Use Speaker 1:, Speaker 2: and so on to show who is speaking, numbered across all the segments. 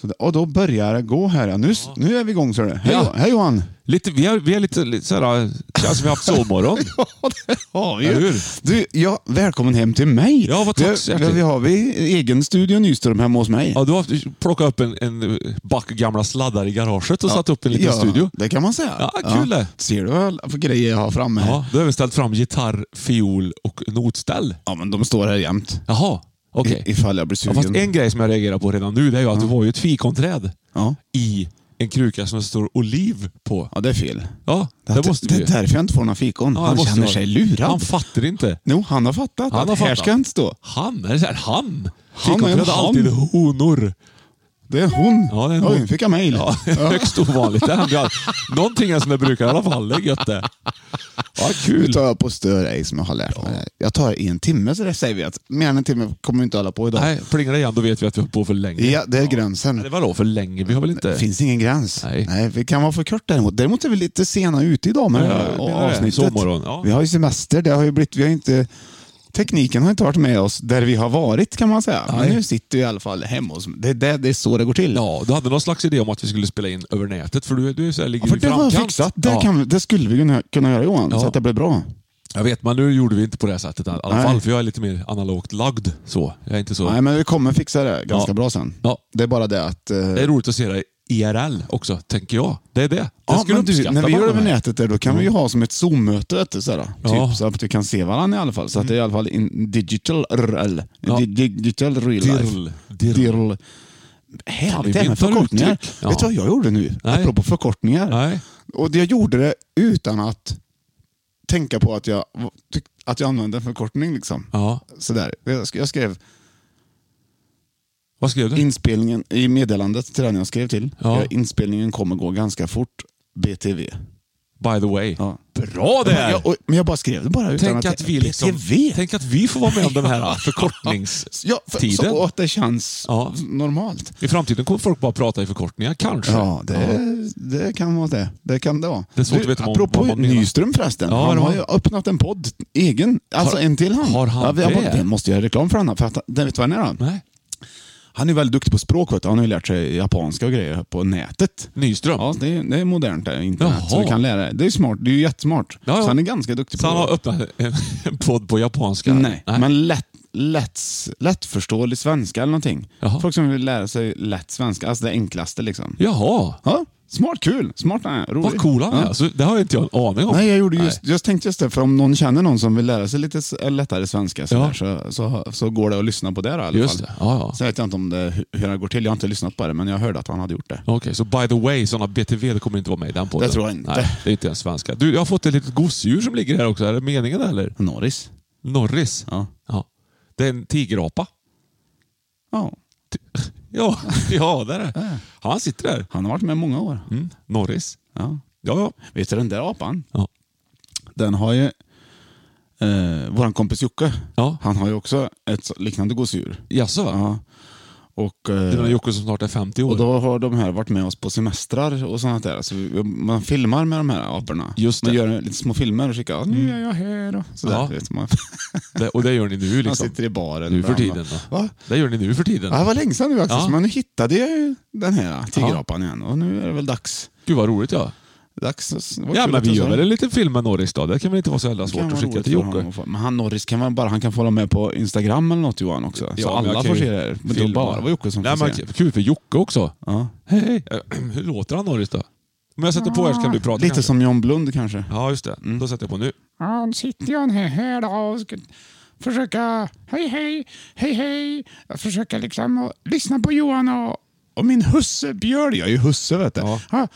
Speaker 1: Så det, och då börjar det gå här. Ja, Nu, s- nu är vi igång, ser du. Hej,
Speaker 2: Ja.
Speaker 1: hej Johan!
Speaker 2: Lite, vi, är, vi är lite, lite såhär, känns som vi har haft sovmorgon.
Speaker 1: Ja, det har vi
Speaker 2: Eller
Speaker 1: ju.
Speaker 2: hur?
Speaker 1: Du, ja, välkommen hem till mig.
Speaker 2: Ja, vad tack
Speaker 1: Vi-
Speaker 2: så hjärtligt.
Speaker 1: Vi har vi egen studio i Nyström hemma hos mig.
Speaker 2: Ja, du har plockat upp en, en back gamla sladdar i garaget och satt upp en liten
Speaker 1: ja,
Speaker 2: studio.
Speaker 1: det kan man säga.
Speaker 2: Ja, kul det.
Speaker 1: Ser du vad för grejer jag har framme? här?
Speaker 2: Ja, då har vi ställt fram gitarr, fiol och notställ.
Speaker 1: ja men de står här jämt.
Speaker 2: Jaha, okej.
Speaker 1: I- Ifall jag blir
Speaker 2: Ja,
Speaker 1: sugen.
Speaker 2: fast en grej som jag reagerar på redan nu, det är ju att det var ju ett fikonträd
Speaker 1: ja.
Speaker 2: i en kruka som det står oliv på.
Speaker 1: ja, det är fel.
Speaker 2: Ja,
Speaker 1: Det,
Speaker 2: det, måste vi
Speaker 1: det
Speaker 2: ju.
Speaker 1: är därför jag inte får några fikon.
Speaker 2: Ja, det
Speaker 1: han
Speaker 2: måste
Speaker 1: känner
Speaker 2: vara-
Speaker 1: sig lurad.
Speaker 2: Han fattar inte.
Speaker 1: Jo, han har fattat
Speaker 2: Han
Speaker 1: att
Speaker 2: har
Speaker 1: här
Speaker 2: fattat.
Speaker 1: ska jag inte stå.
Speaker 2: Han? Är det så här, han?
Speaker 1: Han är en
Speaker 2: Fikonträd har
Speaker 1: han.
Speaker 2: alltid honor.
Speaker 1: Det är hon.
Speaker 2: Ja, det är en
Speaker 1: Oj,
Speaker 2: hon.
Speaker 1: fick jag mejl.
Speaker 2: Ja, högst ovanligt. Det händer ju aldrig. Någonting är som det brukar i alla fall. Det är gött det. Ja,
Speaker 1: Nu
Speaker 2: kul.
Speaker 1: tar jag på stör ej som jag har lärt mig. det här. Jag tar i en timme, så det säger vi att mer än en timme kommer vi inte hålla på idag.
Speaker 2: Nej, plingar det igen då vet vi att vi har på för länge.
Speaker 1: Ja, det är gränsen.
Speaker 2: Nej, det var då för länge? Vi har väl inte...
Speaker 1: Det finns ingen gräns.
Speaker 2: Nej.
Speaker 1: vi kan vara för kort däremot. Däremot är vi lite sena ute idag med
Speaker 2: Ja,
Speaker 1: det här
Speaker 2: jag menar det.
Speaker 1: avsnittet.
Speaker 2: Sovmorgon, ja.
Speaker 1: Vi har ju semester. Det har ju blivit, vi har inte, tekniken har inte varit med oss där vi har varit kan man säga. Men
Speaker 2: Nej.
Speaker 1: nu sitter vi i alla fall hemma hos det, är det, det är så det går till.
Speaker 2: Ja, du hade någon slags idé om att vi skulle spela in över nätet, för du, du är så här, ligger
Speaker 1: Ja, för
Speaker 2: i
Speaker 1: det har
Speaker 2: framkant.
Speaker 1: jag fixat. Det,
Speaker 2: Ja,
Speaker 1: kan, vi- det skulle vi kunna, kunna göra Johan,
Speaker 2: Ja.
Speaker 1: så att det blir bra.
Speaker 2: Jag vet, men nu gjorde vi inte på det här sättet i alla
Speaker 1: Nej.
Speaker 2: fall, för jag är lite mer analogt lagd. Så. Jag är inte så...
Speaker 1: Nej, men vi kommer fixa det ganska
Speaker 2: Ja.
Speaker 1: bra sen.
Speaker 2: Ja.
Speaker 1: Det är bara det att... eh,
Speaker 2: Det är roligt att se det IRL också, tänker jag. Det är det. Det
Speaker 1: Ja,
Speaker 2: skulle
Speaker 1: men du,
Speaker 2: uppskatta
Speaker 1: när vi
Speaker 2: man
Speaker 1: gör det
Speaker 2: av
Speaker 1: med
Speaker 2: mig.
Speaker 1: nätet där, då kan vi ju ha som ett Zoom-möte, vet du, så, här, då.
Speaker 2: Ja.
Speaker 1: typ, så att vi kan se varandra i alla fall. Så att det är i alla fall in digital RL.
Speaker 2: Ja.
Speaker 1: Di- Digital real
Speaker 2: Dirl.
Speaker 1: life.
Speaker 2: Dirl. Fan, vi
Speaker 1: Härligt det här med
Speaker 2: myntar
Speaker 1: förkortningar.
Speaker 2: uttryck. Ja.
Speaker 1: Vet du vad jag gjorde nu?
Speaker 2: Nej.
Speaker 1: Apropå förkortningar.
Speaker 2: Nej.
Speaker 1: Och jag gjorde det utan att tänka på att jag, tyck- att jag använde en förkortning. Liksom.
Speaker 2: Ja.
Speaker 1: Sådär. Jag sk- Jag skrev
Speaker 2: Vad skrev du?
Speaker 1: inspelningen i meddelandet till den jag skrev till.
Speaker 2: Mm. Ja.
Speaker 1: Ja, Inspelningen kommer gå ganska fort. BTV.
Speaker 2: By the way.
Speaker 1: Ja.
Speaker 2: Bra
Speaker 1: Men
Speaker 2: där!
Speaker 1: jag, och- men jag bara skrev det bara utan
Speaker 2: Tänk att vi liksom...
Speaker 1: BTV.
Speaker 2: Tänk att vi får vara med om den här förkortningstiden.
Speaker 1: ja, för, så att det känns
Speaker 2: Ja.
Speaker 1: normalt.
Speaker 2: I framtiden kommer folk bara prata i förkortningar, kanske.
Speaker 1: Ja, det, det kan vara det. Det kan det vara.
Speaker 2: Det är svårt att veta vad-
Speaker 1: apropå
Speaker 2: vad man menar.
Speaker 1: Nyström förresten.
Speaker 2: Ja,
Speaker 1: han
Speaker 2: det var-
Speaker 1: har ju öppnat en podd. Egen. Alltså
Speaker 2: Har-
Speaker 1: en till han.
Speaker 2: har han
Speaker 1: ja, vi har bara,
Speaker 2: det?
Speaker 1: vi måste göra reklam för honom. För att, den- vet du vad han är då?
Speaker 2: Nej.
Speaker 1: Han är väldigt duktig på språk. Vet du. Han har ju lärt sig japanska och grejer på nätet.
Speaker 2: Nyström.
Speaker 1: Ja, det är, det är modernt det, internet. Så
Speaker 2: Jaha.
Speaker 1: du kan lära dig. Det är smart. Det är ju jättesmart.
Speaker 2: Ja, ja.
Speaker 1: Så han är ganska duktig
Speaker 2: Så
Speaker 1: på
Speaker 2: han har öppnat en, en podd på japanska?
Speaker 1: Nej, men lätt, lätt, lättförståelig svenska eller någonting.
Speaker 2: Jaha.
Speaker 1: Folk som vill lära sig lätt svenska, alltså det enklaste liksom.
Speaker 2: Jaha,
Speaker 1: Ja, smart, kul, smart, nej, rolig.
Speaker 2: vad cool han är.
Speaker 1: Ja.
Speaker 2: Alltså, det har inte jag en aning om.
Speaker 1: Nej, jag, gjorde just, jag tänkte just det, för om någon känner någon som vill lära sig lite s- lättare svenska så,
Speaker 2: Ja.
Speaker 1: där, så, så, så går det att lyssna på det då, i alla
Speaker 2: Just
Speaker 1: fall.
Speaker 2: det, ja, ja.
Speaker 1: Sen vet jag inte om det, hur- hur det går till, jag har inte lyssnat på det, men jag hörde att han hade gjort det.
Speaker 2: Okej, så by the way, sådana BTV det kommer inte vara med i den podden.
Speaker 1: Det tror jag inte.
Speaker 2: Nej, det är inte ens svenska. Du, jag har fått ett litet gosedjur som ligger här också. Är det meningen eller?
Speaker 1: Norris?
Speaker 2: Norris.
Speaker 1: Ja.
Speaker 2: Ja. Det är en tigerapa.
Speaker 1: ja.
Speaker 2: Ja, ja det är det. Han sitter där.
Speaker 1: Han har varit med många år.
Speaker 2: Mm. Norris.
Speaker 1: Ja.
Speaker 2: Ja, ja.
Speaker 1: Vet du den där apan?
Speaker 2: Ja.
Speaker 1: Den har ju... Eh, Vår kompis Jocke,
Speaker 2: Ja.
Speaker 1: han har ju också ett så- liknande gosedjur.
Speaker 2: Jaså?
Speaker 1: Ja. Och,
Speaker 2: Det
Speaker 1: eh,
Speaker 2: är den där Jocke som snart är 50 år.
Speaker 1: och då har de här varit med oss på semestrar och sånt där. Så vi, man filmar med de här aporna.
Speaker 2: Just
Speaker 1: man
Speaker 2: det. Mm.
Speaker 1: gör lite små filmer och skickar nu är jag här och sådär.
Speaker 2: Ja.
Speaker 1: Vet, man,
Speaker 2: det, och det gör ni nu
Speaker 1: man
Speaker 2: liksom.
Speaker 1: sitter i baren.
Speaker 2: Nu för
Speaker 1: ibland
Speaker 2: tiden.
Speaker 1: och-
Speaker 2: Då.
Speaker 1: Va?
Speaker 2: Det gör ni nu för tiden.
Speaker 1: Ja, det var länge sedan nu faktiskt,
Speaker 2: Ja.
Speaker 1: men nu hittade jag ju den här tigerapan igen och nu är det väl dags.
Speaker 2: Gud vad roligt ja.
Speaker 1: dags det var
Speaker 2: Ja
Speaker 1: kul
Speaker 2: men
Speaker 1: att
Speaker 2: vi
Speaker 1: du sa
Speaker 2: gör
Speaker 1: det.
Speaker 2: väl en liten film med Norris då. Det kan väl inte vara så jävla
Speaker 1: Det
Speaker 2: svårt
Speaker 1: kan
Speaker 2: att
Speaker 1: vara
Speaker 2: skicka
Speaker 1: roligt
Speaker 2: till
Speaker 1: för
Speaker 2: Jocke.
Speaker 1: honom att få- Men han Norris kan man bara, han kan få vara med på Instagram eller något Johan också. Så
Speaker 2: men jag
Speaker 1: alla
Speaker 2: kan
Speaker 1: får
Speaker 2: ju
Speaker 1: se det här. Men det är
Speaker 2: filma.
Speaker 1: bara vad Jocke som
Speaker 2: Nej,
Speaker 1: får
Speaker 2: men
Speaker 1: se.
Speaker 2: Kul för Jocke också.
Speaker 1: Ja.
Speaker 2: Hej, hej. Hur låter han Norris då? Om jag sätter på här så kan du prata.
Speaker 1: Lite
Speaker 2: kanske.
Speaker 1: som Mm. John Blund kanske.
Speaker 2: Ja, just det. Då sätter jag på nu.
Speaker 1: Ja, nu sitter jag här, här då och ska försöka, hej hej, hej hej. Jag försöker liksom och lyssna på Johan och, och min husse Björn. Jag är ju husse vet du.
Speaker 2: Ja.
Speaker 1: Ja.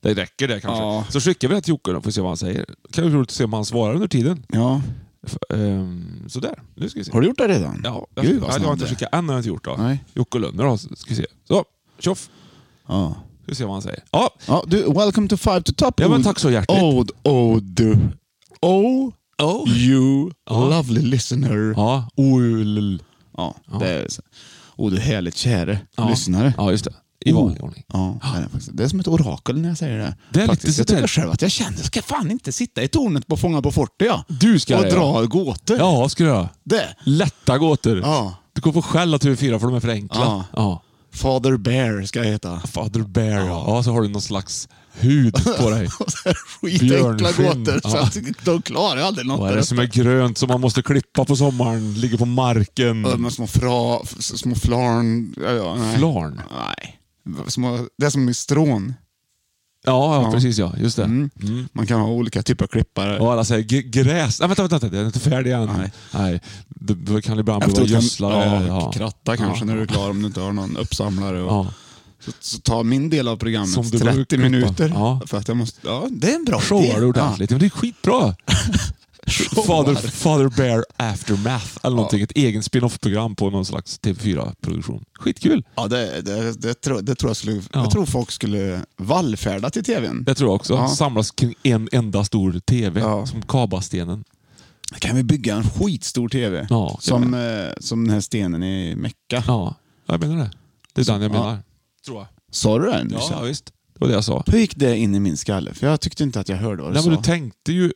Speaker 2: Det räcker det kanske.
Speaker 1: Ja.
Speaker 2: Så skickar vi det till Jocke då, får se vad han säger. Kan ju roligt att se om han svarar under tiden.
Speaker 1: ja.
Speaker 2: F- ehm, sådär, nu ska vi se.
Speaker 1: Har du gjort det redan?
Speaker 2: Ja, jag, jag,
Speaker 1: Gud vad
Speaker 2: jag har
Speaker 1: snabbt
Speaker 2: inte
Speaker 1: det är.
Speaker 2: skickat än, har jag inte gjort då.
Speaker 1: Nej.
Speaker 2: Jocke Lönder då, ska vi se. Så, tjoff.
Speaker 1: Ja.
Speaker 2: Ska vi se vad han säger. Ja,
Speaker 1: Ja, du, welcome to Five to Top.
Speaker 2: Ja, men tack så hjärtligt.
Speaker 1: Old, old, oh,
Speaker 2: Oh.
Speaker 1: you lovely listener.
Speaker 2: ja. Ol.
Speaker 1: Ja, det är så. Oh, du härligt käre
Speaker 2: Ja.
Speaker 1: lyssnare.
Speaker 2: Ja, just det. I
Speaker 1: Oh.
Speaker 2: vanlig ordning.
Speaker 1: Ja, det, är det faktiskt. det är som ett orakel när jag säger det.
Speaker 2: Det är
Speaker 1: faktiskt,
Speaker 2: lite
Speaker 1: jag tycker
Speaker 2: sådär-
Speaker 1: själv att jag känner, ska fan inte sitta i tornet på Fånga på fortet ja.
Speaker 2: Du ska
Speaker 1: Och
Speaker 2: det,
Speaker 1: dra gåtor.
Speaker 2: Ja, ska jag.
Speaker 1: Det.
Speaker 2: Lätta gåtor.
Speaker 1: Ja.
Speaker 2: Du kommer få skäll av TV4 för de är för enkla.
Speaker 1: Ja.
Speaker 2: ja.
Speaker 1: Father Bear ska jag heta.
Speaker 2: Father Bear, ja. ja. Så har du någon slags hud på dig.
Speaker 1: Och så här Skitenkla
Speaker 2: Björnskinn.
Speaker 1: gåtor. Så
Speaker 2: Ja.
Speaker 1: att de klarar jag aldrig något.
Speaker 2: Vad är
Speaker 1: där
Speaker 2: det som är grönt som man måste klippa på sommaren? Ligger på marken.
Speaker 1: Ja, men små fra, f- små flarn. Ja, ja, nej.
Speaker 2: Flarn?
Speaker 1: Nej. Små, det är som i strån.
Speaker 2: Ja, ja, precis ja. Just det.
Speaker 1: Mm. Man kan ha olika typer av klippare.
Speaker 2: Och alla säger "G- gräs. Nej, vänta, vänta, vänta. Jag är inte färdig än. Nej. Det, det kan ibland bli
Speaker 1: Efteråt kan-
Speaker 2: gödslare.
Speaker 1: ja, kratta kanske när du är klar om du inte har någon uppsamlare. Och,
Speaker 2: Ja.
Speaker 1: så, så ta min del av programmet,
Speaker 2: Som du
Speaker 1: 30
Speaker 2: brukar.
Speaker 1: minuter.
Speaker 2: Ja.
Speaker 1: För att jag måste, ja, det är en bra
Speaker 2: Showar du
Speaker 1: idé.
Speaker 2: ordentligt. Men det är skitbra.
Speaker 1: Ja.
Speaker 2: Father,
Speaker 1: Showar.
Speaker 2: Father Bear Aftermath eller någonting. Ett egen spin-off-program på någon slags TV4-produktion. Skitkul.
Speaker 1: Ja, det, det, det, tror, det tror jag skulle...
Speaker 2: Ja.
Speaker 1: Jag tror folk skulle vallfärda till tvn.
Speaker 2: Det tror jag också.
Speaker 1: Ja.
Speaker 2: Samlas kring en enda stor TV,
Speaker 1: Ja.
Speaker 2: som Kabastenen.
Speaker 1: Kan vi bygga en skitstor tv?
Speaker 2: Ja, kan
Speaker 1: som, eh, som den här stenen i Mecka.
Speaker 2: Ja, jag menar det. Det är den jag
Speaker 1: Ja.
Speaker 2: menar. Tror jag.
Speaker 1: Sa du det nyss?
Speaker 2: Ja, visst. Det var det jag sa.
Speaker 1: Hur gick det in i min skalle? För jag tyckte inte att jag hörde vad du
Speaker 2: Nej,
Speaker 1: sa.
Speaker 2: men du tänkte ju...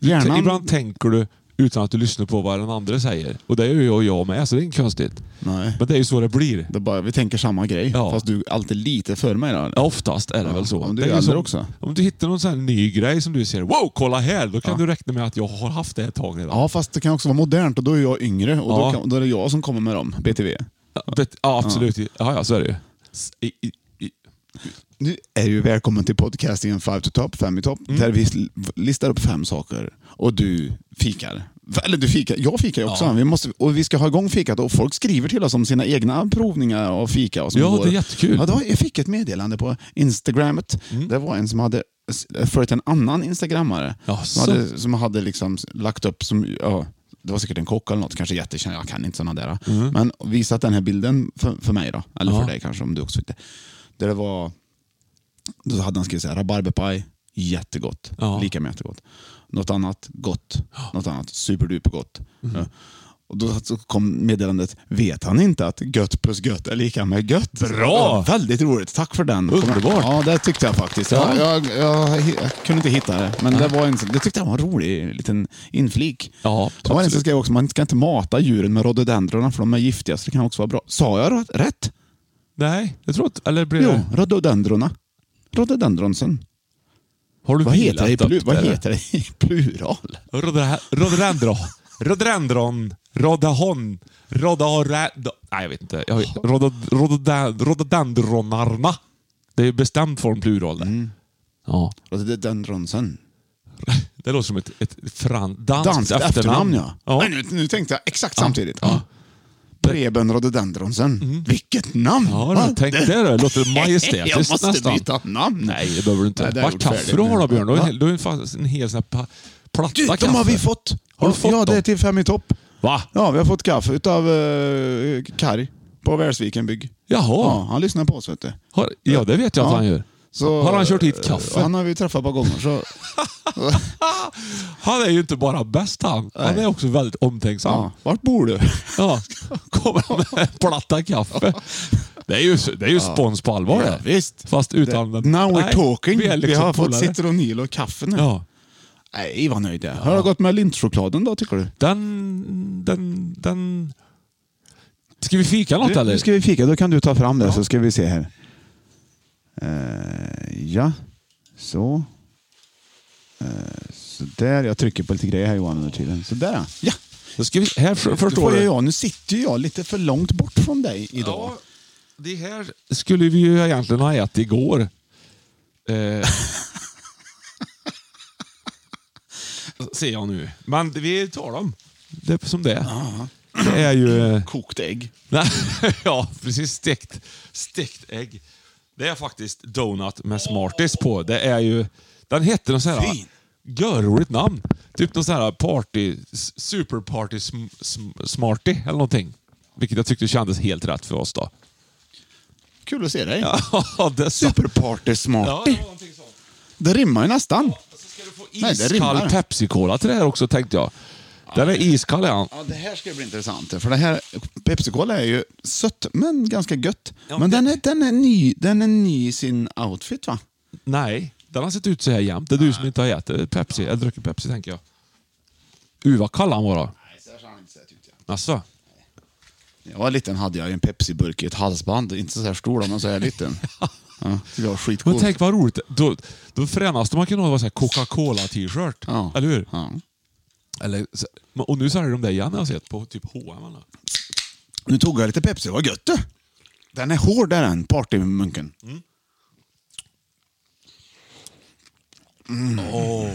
Speaker 1: Hjärnan-
Speaker 2: Ibland tänker du utan att du lyssnar på vad den andra säger. Och det gör ju jag och jag med, så det är inget konstigt.
Speaker 1: Nej.
Speaker 2: Men det är ju så det blir.
Speaker 1: Det är bara, vi tänker samma grej,
Speaker 2: Ja.
Speaker 1: fast du är alltid lite för mig. Då.
Speaker 2: Ja, Oftast är det
Speaker 1: Ja,
Speaker 2: väl så.
Speaker 1: om du
Speaker 2: Det är ju
Speaker 1: äldre
Speaker 2: som-
Speaker 1: också.
Speaker 2: Om du hittar någon sån här ny grej som du ser, wow, kolla här! Då kan du räkna med att jag har haft det ett tag redan.
Speaker 1: Ja, fast det kan också vara modernt och då är jag yngre och
Speaker 2: Ja.
Speaker 1: då, kan, då är det jag som kommer med dem, BTV.
Speaker 2: Ja, bet- ja absolut. Ja. ja, så är det ju. S- I, i, i.
Speaker 1: Nu är du välkommen till podcastingen 5 to top, 5 i topp,
Speaker 2: Mm.
Speaker 1: där vi l- listar upp fem saker och du fikar. Eller du fikar, jag fikar ju också.
Speaker 2: Ja.
Speaker 1: Vi måste, och vi ska ha igång fikat och folk skriver till oss om sina egna provningar av fika. Och som
Speaker 2: Ja,
Speaker 1: går.
Speaker 2: det är jättekul.
Speaker 1: Ja, det var, jag fick ett meddelande på Instagrammet.
Speaker 2: Mm.
Speaker 1: Det var en som hade s- följt en annan instagrammare
Speaker 2: Jaså?
Speaker 1: som hade, som hade liksom lagt upp, som, ja, det var säkert en kock eller något, kanske jättekänd, jag kan inte sådana där. Men visat den här bilden för, för mig då, eller
Speaker 2: Mm. Ja.
Speaker 1: för dig kanske om du också fick det. Där det var då hade han skrivit så här, rabarberpaj, jättegott.
Speaker 2: Ja.
Speaker 1: Lika med jättegott. Något annat, gott. Något annat, superdupergott.
Speaker 2: Mm.
Speaker 1: Ja. Och då så kom meddelandet, vet han inte att gött plus gött är lika med gött?
Speaker 2: Bra!
Speaker 1: Ja, väldigt roligt, tack för den.
Speaker 2: Underbart.
Speaker 1: Ja, det tyckte jag faktiskt.
Speaker 2: Ja.
Speaker 1: Jag, jag, jag, jag kunde inte hitta det, men det, var en, det tyckte jag var en rolig liten inflik.
Speaker 2: Ja,
Speaker 1: det var en som
Speaker 2: absolut.
Speaker 1: skrev också, man ska inte mata djuren med rhododendrona för de är giftiga, så det kan också vara bra. Sa jag rätt- rätt?
Speaker 2: Nej, jag tror inte... Eller blir
Speaker 1: Jo,
Speaker 2: det...
Speaker 1: rhododendrona. Rhododendronsen.
Speaker 2: Har du
Speaker 1: Vad heter, det i
Speaker 2: vilat upp
Speaker 1: plu- vad
Speaker 2: eller?
Speaker 1: heter det i plural?
Speaker 2: Rodra- Rodrendron. Rodrendron. Rodahon. Rodahorä... Nej, jag vet inte. Jag, rodod- rododa- rododendronarna. Det är bestämd form plural där.
Speaker 1: Mm.
Speaker 2: Ja.
Speaker 1: Alltså, Rhododendronsen.
Speaker 2: Det låter som ett, ett fran- danskt,
Speaker 1: Danskt
Speaker 2: efternamn.
Speaker 1: efternamn, ja. Nej, nu, nu tänkte jag exakt samtidigt.
Speaker 2: Ja. Mm.
Speaker 1: Preben Rhododendronsen. Vilket namn!
Speaker 2: Ja,
Speaker 1: va?
Speaker 2: du, tänk det då. Det låter majestätiskt
Speaker 1: Jag måste
Speaker 2: nästan.
Speaker 1: byta namn.
Speaker 2: Nej, det behöver du inte.
Speaker 1: Nej, det har
Speaker 2: Vad
Speaker 1: jag gjort
Speaker 2: kaffe
Speaker 1: färdigt
Speaker 2: du har
Speaker 1: nu.
Speaker 2: då, Björn. Du har en
Speaker 1: Va?
Speaker 2: hel, du har en, fas- en hel sån här pa- platta
Speaker 1: Du,
Speaker 2: kaffe.
Speaker 1: de har vi fått!
Speaker 2: Har du fått
Speaker 1: ja, det är
Speaker 2: dem?
Speaker 1: till Fem i topp.
Speaker 2: Va?
Speaker 1: Ja, vi har fått kaffe utav uh, Karg på Välsviken bygg.
Speaker 2: Jaha.
Speaker 1: Ja, han lyssnar på oss, vet du.
Speaker 2: Har, ja, det vet jag att han gör.
Speaker 1: Så, eh,
Speaker 2: Har han kört hit kaffe?
Speaker 1: Han har vi träffat ett par gånger. Så,
Speaker 2: Han är ju inte bara bäst han. Han
Speaker 1: Nej.
Speaker 2: är också väldigt omtänksam.
Speaker 1: ja. Vart bor du?
Speaker 2: Ja. Kommer med platta kaffe. Det är ju, det är ju spons på allvar
Speaker 1: Ja,
Speaker 2: det.
Speaker 1: visst.
Speaker 2: Fast utan den.
Speaker 1: Now we're
Speaker 2: Nej,
Speaker 1: talking. Vi,
Speaker 2: är liksom
Speaker 1: har fått
Speaker 2: polare.
Speaker 1: citronil och kaffe nu.
Speaker 2: Ja.
Speaker 1: Nej, vad nöjd jag är. Hur har det gått med lintchokladen då, tycker du?
Speaker 2: Den, den, den... Ska vi fika något
Speaker 1: Du,
Speaker 2: eller?
Speaker 1: Nu ska vi fika. Då kan du ta fram det så ska vi se här. Eh, ja, så. Eh, så där. Jag trycker på lite grejer här Johan under tiden. Så där. Ja,
Speaker 2: Då ska vi... Här för,
Speaker 1: då
Speaker 2: förstår
Speaker 1: får ju
Speaker 2: du.
Speaker 1: jag, nu sitter ju jag lite för långt bort från dig idag.
Speaker 2: Ja, det här skulle vi ju egentligen ha ätit igår. Eh. Ser jag nu. Men vi tar dem. Det är som det är. Det är ju... eh,
Speaker 1: Kokt ägg.
Speaker 2: Nej, ja, precis. Stekt, stekt ägg. Det är faktiskt donut med Smarties på. Det är ju... Den hette något sånt här...
Speaker 1: Fint.
Speaker 2: Görroligt namn. Typ någon sån här party... s- Super party sm, sm, smarty eller någonting. Vilket jag tyckte kändes helt rätt för oss då.
Speaker 1: Kul att se dig.
Speaker 2: Ja, det sa...
Speaker 1: Superparty smart.
Speaker 2: Ja, det var någonting sånt.
Speaker 1: Det rimmar ju nästan.
Speaker 2: Och så ska du få
Speaker 1: Nej, det rimmar.
Speaker 2: iskall Pepsi-Cola till det här också tänkte jag. Den är iskall är han.
Speaker 1: Ja, det här ska bli intressant. För det här, Pepsi Cola är ju sött, men ganska gött.
Speaker 2: Ja,
Speaker 1: men
Speaker 2: det-
Speaker 1: den är, den, är ny, den är ny i sin outfit, va?
Speaker 2: Nej, den har sett ut så här jämt. Det är du som inte har ätit Pepsi, eller druckit Pepsi tänker jag. Uh, vad kall han var då.
Speaker 1: Nej, så här har han inte sett ut.
Speaker 2: Alltså,
Speaker 1: När jag var liten hade jag ju en Pepsi-burk i ett halsband. Inte så här stor då, men så här liten. Ja, det var
Speaker 2: men
Speaker 1: skitcoolt.
Speaker 2: tänk vad roligt. Då, då fränaste man kunde ha var så här Coca-Cola-t-shirt.
Speaker 1: Ja.
Speaker 2: Eller hur?
Speaker 1: Ja.
Speaker 2: Eller, så- men- och nu säljer de det igen har jag sett på typ H&M eller?
Speaker 1: Nu tog jag lite Pepsi, vad gött du! Den är hård där den, partymunken.
Speaker 2: Mm. Åh.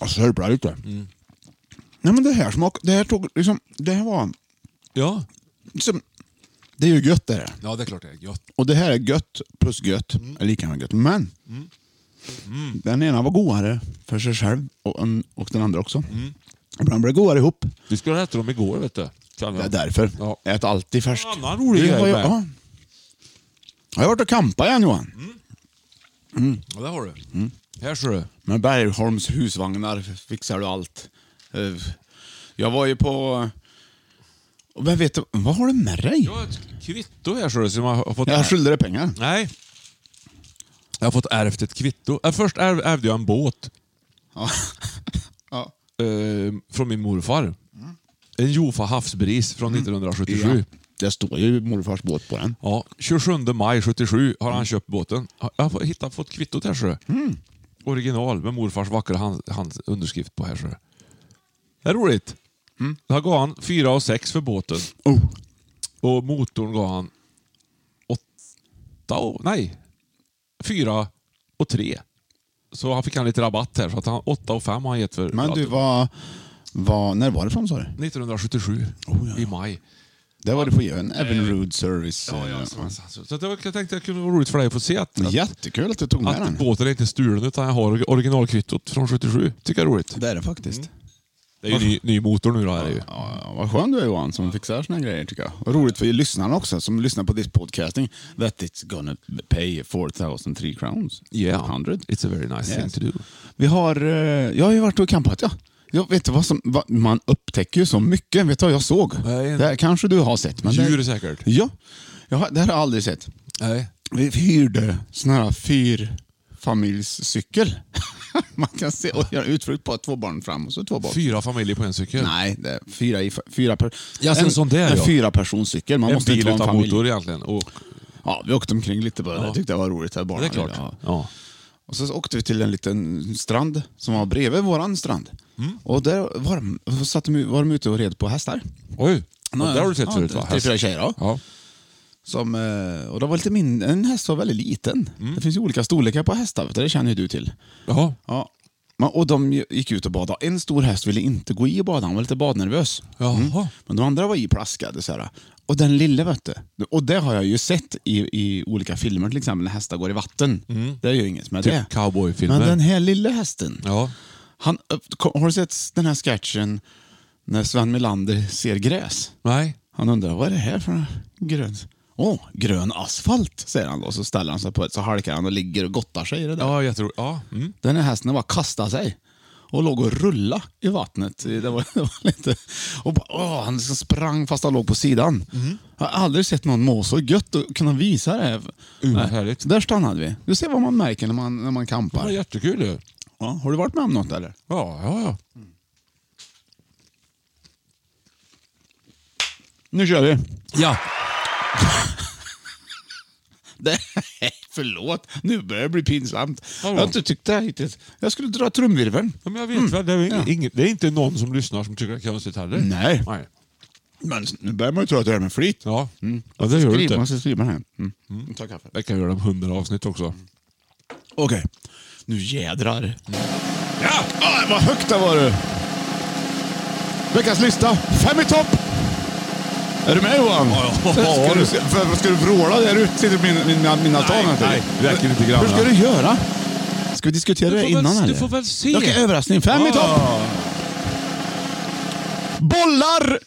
Speaker 1: Jag sörplar lite.
Speaker 2: Mm.
Speaker 1: Nej men det här smak, det här tog liksom, det här var...
Speaker 2: Ja.
Speaker 1: Liksom, det är ju gött det här.
Speaker 2: ja, det är klart det är gött. Mm.
Speaker 1: Och det här är gött plus gött. Är lika med gött. Men den ena var godare för sig själv och, en, och den andra också.
Speaker 2: Mm.
Speaker 1: Ibland blir det godare ihop.
Speaker 2: Vi skulle ha ätit dem igår vet du. Känner
Speaker 1: Det är
Speaker 2: jag.
Speaker 1: därför.
Speaker 2: Ja.
Speaker 1: Ät alltid färskt.
Speaker 2: En annan rolig grej
Speaker 1: har ju-
Speaker 2: med.
Speaker 1: ja. Jag har varit och campat igen Johan.
Speaker 2: Ja, det har du.
Speaker 1: Mm.
Speaker 2: Här ser du.
Speaker 1: Med Bergholms husvagnar fixar du allt. Eh, Jag var ju på... Och Vem vet, vad har du med dig?
Speaker 2: Jag har ett kvitto här ser du som jag har fått...
Speaker 1: Jag skyllde dig pengar.
Speaker 2: Nej. Jag har fått ärvt ett kvitto. Äh, Först ärv, ärvde jag en båt.
Speaker 1: Ja. ja.
Speaker 2: eh, från min morfar. En Jofa havsbris från 1977.
Speaker 1: Det står ju morfars båt på den.
Speaker 2: Ja, 27 maj 77 har han köpt båten. Jag har hittat, fått kvittot här så. Mm. Original med morfars vackra hand, hand, underskrift på här så. Det är roligt. Det här gav han 4 och 6 för båten.
Speaker 1: Oh.
Speaker 2: Och motorn gav han 8 och... Nej. 4 och 3. Så han fick han lite rabatt här. Så att han 8 och 5 har han gett för...
Speaker 1: Men
Speaker 2: för
Speaker 1: du,
Speaker 2: allt.
Speaker 1: var, var, när var det från sa du?
Speaker 2: 1977.
Speaker 1: ja.
Speaker 2: I maj.
Speaker 1: Det var det på en Evinrude Service. eh,
Speaker 2: Ja, ja, så, så, så det var, jag tänkte att det kunde vara roligt för dig att få se att,
Speaker 1: Men
Speaker 2: att,
Speaker 1: Jättekul att du tog med
Speaker 2: att
Speaker 1: den.
Speaker 2: båten är inte stulen utan jag har originalkvittot från 77. Tycker jag är roligt.
Speaker 1: Det är det faktiskt.
Speaker 2: Mm. Det är ju ny, ny motor nu då. Är det ju.
Speaker 1: Ja, ja, vad skön du är Johan som fixar såna här grejer tycker jag. Och roligt för lyssnarna också som lyssnar på this podcasting. That it's gonna pay 4003 crowns.
Speaker 2: Yeah,
Speaker 1: 100.
Speaker 2: it's a very nice thing
Speaker 1: Yes.
Speaker 2: to do.
Speaker 1: Vi har, eh, jag har ju varit och campat ja. Jag vet du vad som, vad, man upptäcker ju så mycket. Vet du vad jag såg?
Speaker 2: Nej.
Speaker 1: Det här kanske du har sett. Men
Speaker 2: Djur
Speaker 1: det,
Speaker 2: säkert.
Speaker 1: ja, jag, har- det här har jag aldrig sett.
Speaker 2: Nej.
Speaker 1: Vi hyrde sån här fyrfamiljscykel. Man kan se och göra utflykt på två barn fram och så två barn.
Speaker 2: Fyra familjer på en cykel.
Speaker 1: Nej, det är fyra, i, fyra per,
Speaker 2: Ja, så en sån där,
Speaker 1: en
Speaker 2: ja.
Speaker 1: fyra personcykel. Man
Speaker 2: en
Speaker 1: måste
Speaker 2: bil
Speaker 1: inte vara en
Speaker 2: utan
Speaker 1: familj.
Speaker 2: motor egentligen. Och,
Speaker 1: Ja, vi åkte omkring lite bara. Det tyckte jag var roligt. Här barnen
Speaker 2: det är klart.
Speaker 1: ville ha.
Speaker 2: Ja.
Speaker 1: Och så åkte vi till en liten strand som var bredvid våran strand.
Speaker 2: Mm.
Speaker 1: Och där var de, så satt de, var de ute och red på hästar.
Speaker 2: Oj, och
Speaker 1: Nej,
Speaker 2: där har du sett
Speaker 1: ja,
Speaker 2: förut va?
Speaker 1: tre, fyra tjejer, ja.
Speaker 2: ja.
Speaker 1: Som, eh, och de var lite mindre, en häst var väldigt liten.
Speaker 2: Mm.
Speaker 1: Det finns ju olika storlekar på hästar, vet du, det känner ju du till.
Speaker 2: Jaha.
Speaker 1: Ja. Men- Och de gick ut och badade. En stor häst ville inte gå i och bada, han var lite badnervös.
Speaker 2: Jaha.
Speaker 1: Men de andra var i och plaskade. Så här. Och den lille vet du. Och det har jag ju sett i, i olika filmer, till exempel när hästar går i vatten. Det är ju inget med
Speaker 2: Typ
Speaker 1: det.
Speaker 2: cowboyfilmer.
Speaker 1: Men den här lilla hästen.
Speaker 2: Ja.
Speaker 1: Han, upp- kom- har du sett den här sketchen när Sven Melander ser gräs?
Speaker 2: Nej.
Speaker 1: Han undrar, vad är det här för grönt? Åh, grön asfalt, säger han då. Så ställer han sig på ett, så halkar han och ligger och gottar sig i det där.
Speaker 2: Ja, jag tror... Ja. Mm.
Speaker 1: Den här hästen bara kastade sig och låg och rulla i vattnet. Det var, det var lite, och bara, åh, han liksom sprang fast han låg på sidan. Jag har aldrig sett någon må så gött och kunna visa det. här.
Speaker 2: Uh, vad
Speaker 1: Nej.
Speaker 2: härligt.
Speaker 1: Så där stannade vi. Du ser vad man märker när man, när man
Speaker 2: Det var
Speaker 1: kampar.
Speaker 2: jättekul ju.
Speaker 1: Ja, har du varit med om något eller?
Speaker 2: Ja, ja, ja.
Speaker 1: Nu kör vi.
Speaker 2: Ja.
Speaker 1: Det, förlåt, nu börjar det bli pinsamt. Jag har inte tyckt det här hittills. Jag skulle dra trumvirveln.
Speaker 2: men jag vet väl. Det är, ing- inget, det är inte någon som lyssnar som tycker det är konstigt heller.
Speaker 1: Nej.
Speaker 2: Nej.
Speaker 1: Men nu börjar man ju tro att det är med flit.
Speaker 2: Ja. ja, det gör det
Speaker 1: Mm. Skriv, man
Speaker 2: inte.
Speaker 1: ska skriva den här. Mm. Ta kaffe.
Speaker 2: Det kan göra om hundra avsnitt också.
Speaker 1: Okej. Nu jädrar. Ja! Ah, vad högt det var du! Veckans lista. Fem i topp! Är du med Johan?
Speaker 2: Ja, ja.
Speaker 1: Ska du, för, ska du vråla där ute? Sitter du min, mina, mina tal här till?
Speaker 2: nej, det räcker lite grann,
Speaker 1: Hur ska
Speaker 2: va?
Speaker 1: du göra? Ska vi diskutera
Speaker 2: Du
Speaker 1: det
Speaker 2: får väl-
Speaker 1: innan
Speaker 2: du
Speaker 1: eller?
Speaker 2: får väl se.
Speaker 1: Okej, överraskning. Fem i
Speaker 2: Ah.
Speaker 1: topp! Bollar!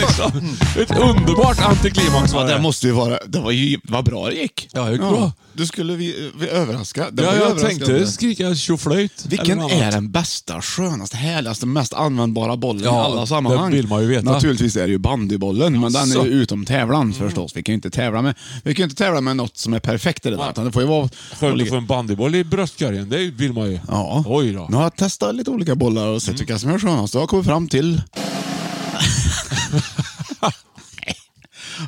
Speaker 2: Liksom, Ett underbart antiklimax var
Speaker 1: Ja, det
Speaker 2: det.
Speaker 1: måste ju vara... Det var ju... Vad bra det gick.
Speaker 2: Ja, det gick bra.
Speaker 1: Du skulle vi, vi överraska. Det
Speaker 2: Ja,
Speaker 1: var ju
Speaker 2: jag
Speaker 1: överraskande.
Speaker 2: tänkte skrika tjoflöjt.
Speaker 1: Vilken
Speaker 2: eller något annat.
Speaker 1: är den bästa, skönaste, härligaste, mest användbara bollen i
Speaker 2: Ja,
Speaker 1: alla sammanhang?
Speaker 2: det vill man ju veta. Mm.
Speaker 1: Naturligtvis är det ju bandybollen, men den är ju utom tävlan förstås. Vi kan ju inte tävla med, vi kan ju inte tävla med något som är perfekt i det där, utan det får ju vara...
Speaker 2: Skönt att få en bandyboll i bröstkorgen, det vill man ju.
Speaker 1: Ja.
Speaker 2: Oj då.
Speaker 1: Nu har jag testat lite olika bollar och sett
Speaker 2: Mm.
Speaker 1: vilka som är skönast och har kommit fram till...